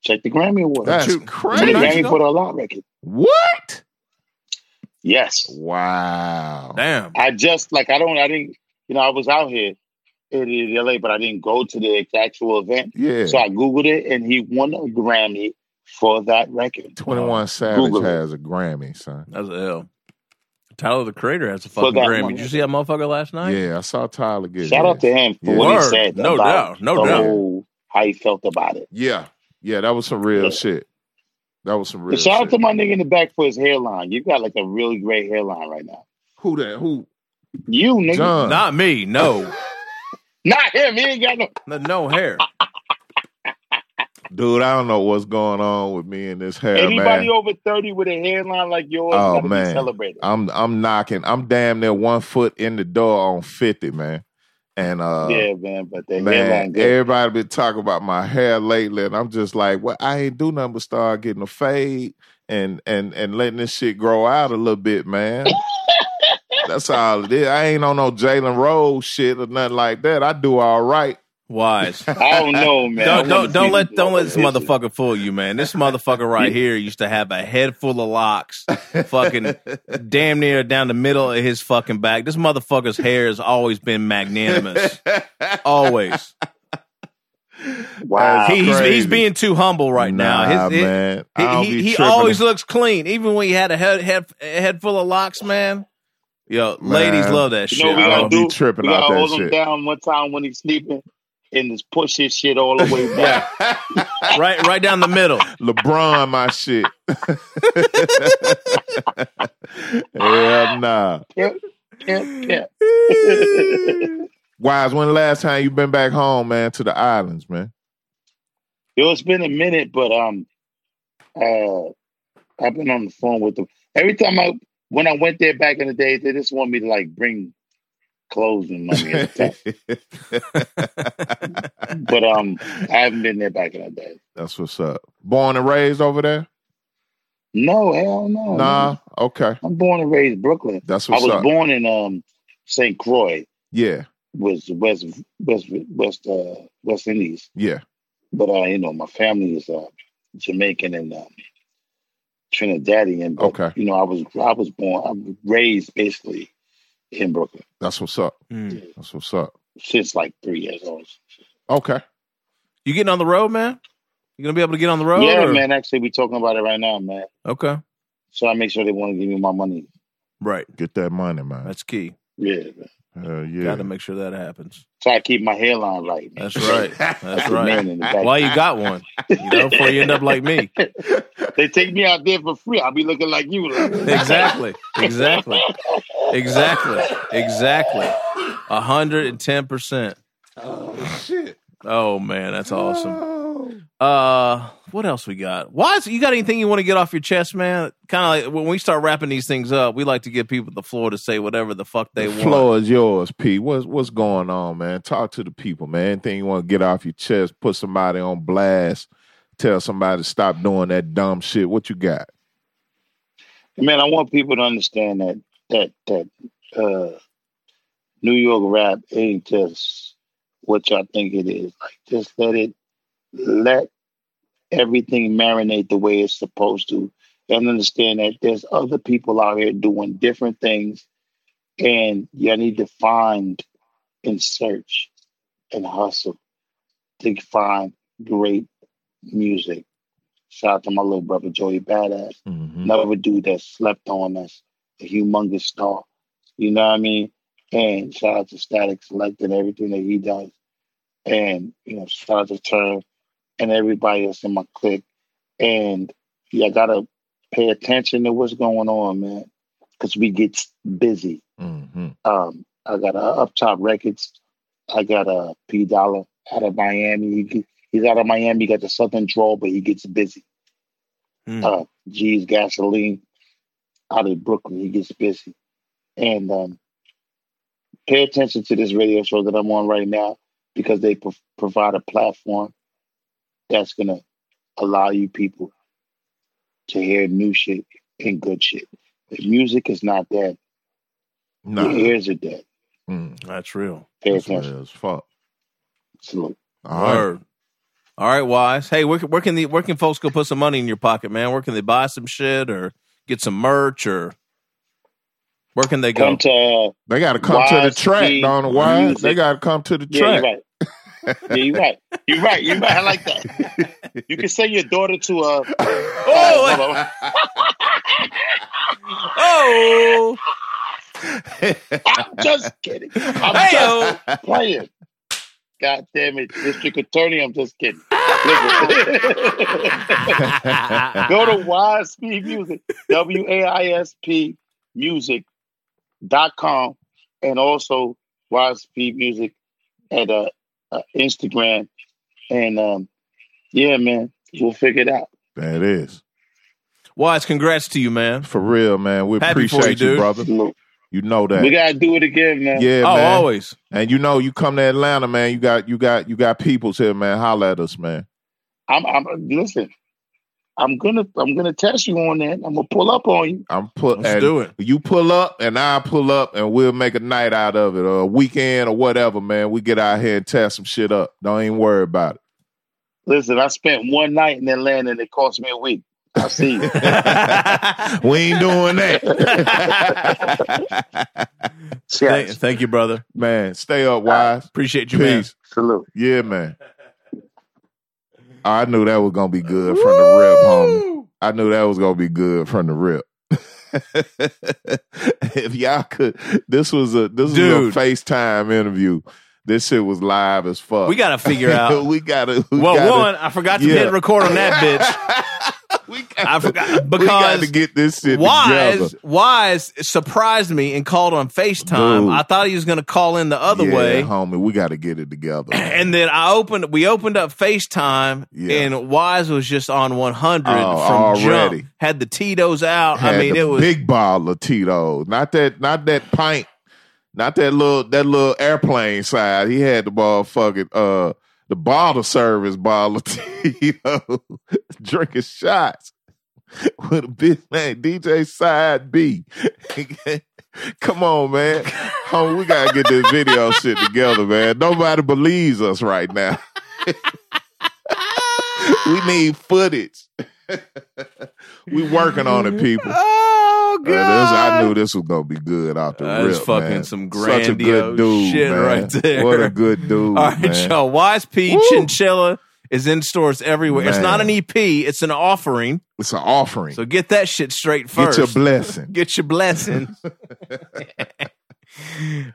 Speaker 3: Check the Grammy Award.
Speaker 2: that's
Speaker 1: Shoot.
Speaker 3: Won
Speaker 1: Wait,
Speaker 3: a
Speaker 2: crazy.
Speaker 1: you
Speaker 3: Grammy
Speaker 1: know?
Speaker 3: for the lot record.
Speaker 2: What?
Speaker 3: Yes.
Speaker 2: Wow.
Speaker 1: Damn.
Speaker 3: I just like I don't I didn't you know I was out here in in LA but I didn't go to the actual event
Speaker 2: Yeah,
Speaker 3: so I googled it and he won a Grammy for that record
Speaker 2: Twenty One Savage
Speaker 3: Google it.
Speaker 2: has a Grammy, son.
Speaker 1: That's a L. Tyler the Creator has a
Speaker 3: For
Speaker 1: fucking
Speaker 3: that
Speaker 1: Grammy.
Speaker 3: one.
Speaker 1: Did you see that motherfucker last night?
Speaker 2: Yeah, I saw Tyler get
Speaker 3: shout
Speaker 2: his.
Speaker 3: out to him for
Speaker 2: Yeah.
Speaker 3: what he
Speaker 1: Word.
Speaker 3: said
Speaker 1: No
Speaker 3: about
Speaker 1: doubt. No
Speaker 3: the
Speaker 2: doubt.
Speaker 3: whole how he felt about it
Speaker 2: Yeah, yeah, that was some real
Speaker 3: Yeah.
Speaker 2: shit. That was some real.
Speaker 3: but shout
Speaker 2: shit.
Speaker 3: out to my nigga in the back for his hairline you got like a really great hairline right now
Speaker 2: who that who
Speaker 3: you nigga
Speaker 2: John.
Speaker 1: Not me. No.
Speaker 3: not him he ain't got no
Speaker 1: no, no hair.
Speaker 2: Dude, I don't know what's going on with me and this hair,
Speaker 3: anybody
Speaker 2: man.
Speaker 3: over 30 with a hairline like yours
Speaker 2: Oh,
Speaker 3: gotta
Speaker 2: man.
Speaker 3: be celebrated
Speaker 2: I'm I'm knocking. I'm damn near one foot in the door on fifty, man. And uh,
Speaker 3: yeah man but the hairline
Speaker 2: man,
Speaker 3: good.
Speaker 2: everybody been talking about my hair lately, and I'm just like, well, I ain't do nothing but start getting a fade and and and letting this shit grow out a little bit, man. That's all it is. I ain't on no Jalen Rose shit or nothing like that. I do all right. *laughs*
Speaker 1: Wise.
Speaker 3: I don't know, *laughs* man. I
Speaker 1: Don't,
Speaker 3: wanna
Speaker 1: don't, don't
Speaker 3: see
Speaker 1: let don't let this
Speaker 3: pictures.
Speaker 1: motherfucker fool you, man. This motherfucker right here used to have a head full of
Speaker 3: *laughs*
Speaker 1: locks, fucking damn near down the middle of his fucking back. This motherfucker's hair has always been
Speaker 3: *laughs*
Speaker 1: magnanimous, always.
Speaker 3: Wow.
Speaker 1: He, he's, he's
Speaker 2: Crazy.
Speaker 1: being too humble right now.
Speaker 2: Nah,
Speaker 1: His, it-
Speaker 2: man. I don't
Speaker 1: he
Speaker 2: be
Speaker 1: he, he
Speaker 2: tripping.
Speaker 1: always looks clean, even when he had a head head, head full of locks, man. Yo,
Speaker 2: Man.
Speaker 1: ladies love that
Speaker 3: You
Speaker 1: shit. Oh,
Speaker 3: know what we
Speaker 2: I
Speaker 1: bro.
Speaker 3: gotta
Speaker 2: don't be
Speaker 3: do?
Speaker 2: tripping
Speaker 3: we gotta
Speaker 2: out that
Speaker 3: hold him
Speaker 2: shit.
Speaker 3: down one time when he's sleeping and just push his shit all the
Speaker 2: *laughs*
Speaker 3: way back.
Speaker 1: *laughs* right right down the middle.
Speaker 2: LeBron, my shit. *laughs* Hell
Speaker 3: *laughs*
Speaker 2: nah.
Speaker 3: Pimp, pimp.
Speaker 2: Wise, when the last time you been back home, man, to the islands, man?
Speaker 3: Yo, it's been a minute, but um, uh, I've been on the phone with them every time I when I went there back in the day. They just want me to like bring clothes and money,
Speaker 2: *laughs*
Speaker 3: every time. but um, I haven't been there back in the day.
Speaker 2: That's what's up. Born and raised over there?
Speaker 3: No, hell no.
Speaker 2: Nah.
Speaker 3: man.
Speaker 2: Okay.
Speaker 3: I'm born and raised in Brooklyn.
Speaker 2: That's
Speaker 3: Oh, I
Speaker 2: what's
Speaker 3: was
Speaker 2: up.
Speaker 3: born in um St. Croix.
Speaker 2: yeah.
Speaker 3: was West West West uh, West Indies,
Speaker 2: Yeah.
Speaker 3: but uh, you know my family is uh, Jamaican and um, Trinidadian. But,
Speaker 2: Okay.
Speaker 3: you know I was I was born I was raised basically in Brooklyn
Speaker 2: That's what's up.
Speaker 1: Mm.
Speaker 2: That's what's up.
Speaker 3: since like three years old.
Speaker 2: Okay.
Speaker 1: You getting on the road, man? You gonna be able to get on the road?
Speaker 3: yeah,
Speaker 1: or-
Speaker 3: man. Actually, we talking about it right now, man.
Speaker 1: Okay,
Speaker 3: So I make sure they want to give me my money.
Speaker 1: right.
Speaker 2: Get that money, man.
Speaker 1: That's key.
Speaker 3: Yeah, man.
Speaker 2: Hell yeah.
Speaker 1: Got to make sure that happens.
Speaker 3: try to keep my hairline right. man.
Speaker 1: That's right.
Speaker 2: *laughs*
Speaker 3: *laughs*
Speaker 1: That's
Speaker 3: That's the
Speaker 1: right.
Speaker 3: man in the back.
Speaker 1: Why you got one? You know, before you end up like me.
Speaker 3: They take me out there for free. I'll be looking like you. like-
Speaker 1: Exactly. Exactly. Exactly. Exactly. A hundred and ten percent.
Speaker 2: Oh shit!
Speaker 1: Oh man, that's awesome.
Speaker 2: Oh.
Speaker 1: Uh, what else we got? Why is you got anything you want to get off your chest, man? Kind of like when we start wrapping these things up, we like to give people the floor to say whatever the fuck they
Speaker 2: the
Speaker 1: want.
Speaker 2: floor is yours, P. What's what's going on, man? Talk to the people, man. Anything you want to get off your chest, put somebody on blast, tell somebody to stop doing that dumb shit. What you got?
Speaker 3: man, I want people to understand that that that uh, New York rap ain't just what y'all think it is. Like, just let it let everything marinate the way it's supposed to, and understand that there's other people out here doing different things, and y'all need to find and search and hustle to find great music. Shout out to my little brother Joey Badass
Speaker 2: Mm-hmm.
Speaker 3: another dude that slept on us, a humongous star. You know what I mean? And shout out to Static Select and everything that he does. And, you know, shout out to Turn and everybody else in my clique. And yeah, I gotta pay attention to what's going on, man. Cause we get busy.
Speaker 2: Mm-hmm.
Speaker 3: Um, I got uh, Up Top Records. I got uh, P Dollar out of Miami. He get, he's out of Miami. He got the Southern Drawl, but he gets busy.
Speaker 1: Hmm.
Speaker 3: Uh, G's Gasoline out of Brooklyn. He gets busy. And um, pay attention to this radio show that I'm on right now because they pro- provide a platform that's going to allow you people to hear new shit and good shit. If music is not dead,
Speaker 2: Nah,
Speaker 3: your ears are dead.
Speaker 2: mm,
Speaker 1: That's real.
Speaker 3: Pay
Speaker 2: that's
Speaker 3: attention.
Speaker 2: real as fuck.
Speaker 3: Salute.
Speaker 2: All right.
Speaker 1: Word. All right, wise. Hey, where, can- where can the where can folks go put some money in your pocket, man? Where can they buy some shit or get some merch or where can they go?
Speaker 3: Come to, uh,
Speaker 2: They got to come to the
Speaker 3: Wise
Speaker 2: track,
Speaker 3: P
Speaker 2: Donna. Why?
Speaker 3: music.
Speaker 2: They got to come to the
Speaker 3: yeah, you're
Speaker 2: track.
Speaker 3: right. Yeah, you're right. You're right. You're right. I like that. You can send your daughter to uh, a.
Speaker 1: Oh, oh,
Speaker 3: I'm just kidding. *laughs* I'm just
Speaker 1: hey,
Speaker 3: playing. God damn it, District Attorney, I'm just kidding. *laughs* Listen. Go to Wise Speed Music, W A I S P music.com, and also Wise Speed Music at uh, uh, Instagram. And um, yeah, man, we'll figure it out.
Speaker 2: *laughs* That is
Speaker 1: wise. Congrats to you, man.
Speaker 2: for real, man. We
Speaker 1: Happy for you,
Speaker 2: appreciate you,
Speaker 1: dude.
Speaker 2: brother.
Speaker 3: Salute.
Speaker 2: You know that.
Speaker 3: We got to do it again, man.
Speaker 2: yeah,
Speaker 1: oh,
Speaker 2: man.
Speaker 1: always.
Speaker 2: And you know, you come to Atlanta, man. You got you got you got peoples here, man. Holla at us, man.
Speaker 3: I'm, I'm listen. I'm gonna I'm gonna test you on that. I'm gonna pull up on you.
Speaker 2: I'm put.
Speaker 1: Let's
Speaker 2: and
Speaker 1: do
Speaker 2: *laughs*
Speaker 1: it.
Speaker 2: You pull up, and I pull up, and we'll make a night out of it, or a weekend, or whatever, man. We get out here and tear some shit up. Don't even worry about it.
Speaker 3: Listen, I spent one night in Atlanta and it cost me a week. I see
Speaker 1: *laughs*
Speaker 3: you.
Speaker 2: We ain't doing that,
Speaker 1: thank,
Speaker 3: Cheers.
Speaker 1: thank you, brother.
Speaker 2: *laughs* man. Stay up, wise.
Speaker 1: Appreciate you, man.
Speaker 2: Peace.
Speaker 3: Salute.
Speaker 2: Yeah, man. I knew that was gonna be good from the rip, homie. I knew that was gonna be good from the rip. *laughs* if y'all could, this was a this
Speaker 1: Dude.
Speaker 2: was a FaceTime interview. This shit was live as fuck.
Speaker 1: We got
Speaker 2: *laughs*
Speaker 1: to figure out.
Speaker 2: we gotta. We
Speaker 1: well,
Speaker 2: gotta,
Speaker 1: one, I forgot to
Speaker 2: yeah.
Speaker 1: hit record on
Speaker 2: *laughs*
Speaker 1: that bitch.
Speaker 2: bitch. *laughs* we got.
Speaker 1: I forgot
Speaker 2: we got to
Speaker 1: because
Speaker 2: get this shit together.
Speaker 1: Wise Wise surprised me and called on FaceTime.
Speaker 2: Dude.
Speaker 1: I thought he was going to call in the other
Speaker 2: Yeah,
Speaker 1: way.
Speaker 2: homie. We got to get it together.
Speaker 1: *clears throat* And then I opened, we opened up FaceTime,
Speaker 2: Yeah.
Speaker 1: and Wise was just on 100
Speaker 2: Oh,
Speaker 1: from
Speaker 2: already.
Speaker 1: jump. Had the Tito's out. I
Speaker 2: had
Speaker 1: mean,
Speaker 2: the
Speaker 1: it was
Speaker 2: big bottle of Tito's, not that, not that pint, not that little, that little airplane side. He had the ball fucking uh the bottle service *laughs* bottle of Tito, drinking shots with a big man DJ side B. *laughs* Come on, man. Homie, we gotta get this video shit together, man. Nobody believes us right now. *laughs* we need footage. *laughs* we working on it, people.
Speaker 1: Oh
Speaker 2: Uh,
Speaker 1: god!
Speaker 2: this- I knew this was gonna be good out the
Speaker 1: That's
Speaker 2: rip,
Speaker 1: fucking
Speaker 2: man.
Speaker 1: some
Speaker 2: Such a
Speaker 1: grandiose
Speaker 2: good dude,
Speaker 1: shit
Speaker 2: man.
Speaker 1: right there.
Speaker 2: What a good dude,
Speaker 1: *laughs* All right,
Speaker 2: man.
Speaker 1: y'all. Wise P
Speaker 2: Woo.
Speaker 1: Chinchilla is in stores everywhere. It's
Speaker 2: Man.
Speaker 1: not an EP; it's an offering.
Speaker 2: It's an offering.
Speaker 1: So get that shit straight
Speaker 2: Get
Speaker 1: first.
Speaker 2: your blessing.
Speaker 1: Get your
Speaker 2: *laughs*
Speaker 1: blessing. *laughs*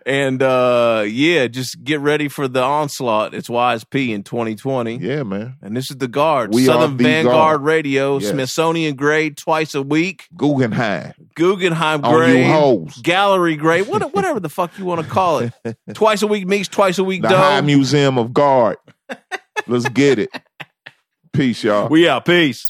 Speaker 1: and uh yeah, just get ready for the onslaught. It's Wise P in 2020.
Speaker 2: Yeah, man.
Speaker 1: And this is the Guard,
Speaker 2: We are
Speaker 1: Southern
Speaker 2: The
Speaker 1: Vanguard
Speaker 2: Guard.
Speaker 1: Radio,
Speaker 2: Yes.
Speaker 1: Smithsonian Grade twice a week,
Speaker 2: Guggenheim
Speaker 1: Guggenheim
Speaker 2: on
Speaker 1: Grade.
Speaker 2: you hoes.
Speaker 1: gallery grade, what, whatever the fuck you want to call
Speaker 2: *laughs*
Speaker 1: it. Twice a week meets, twice a week
Speaker 2: The High
Speaker 1: dough.
Speaker 2: Museum of Guard. Let's get it. Peace, y'all.
Speaker 1: We out. Peace.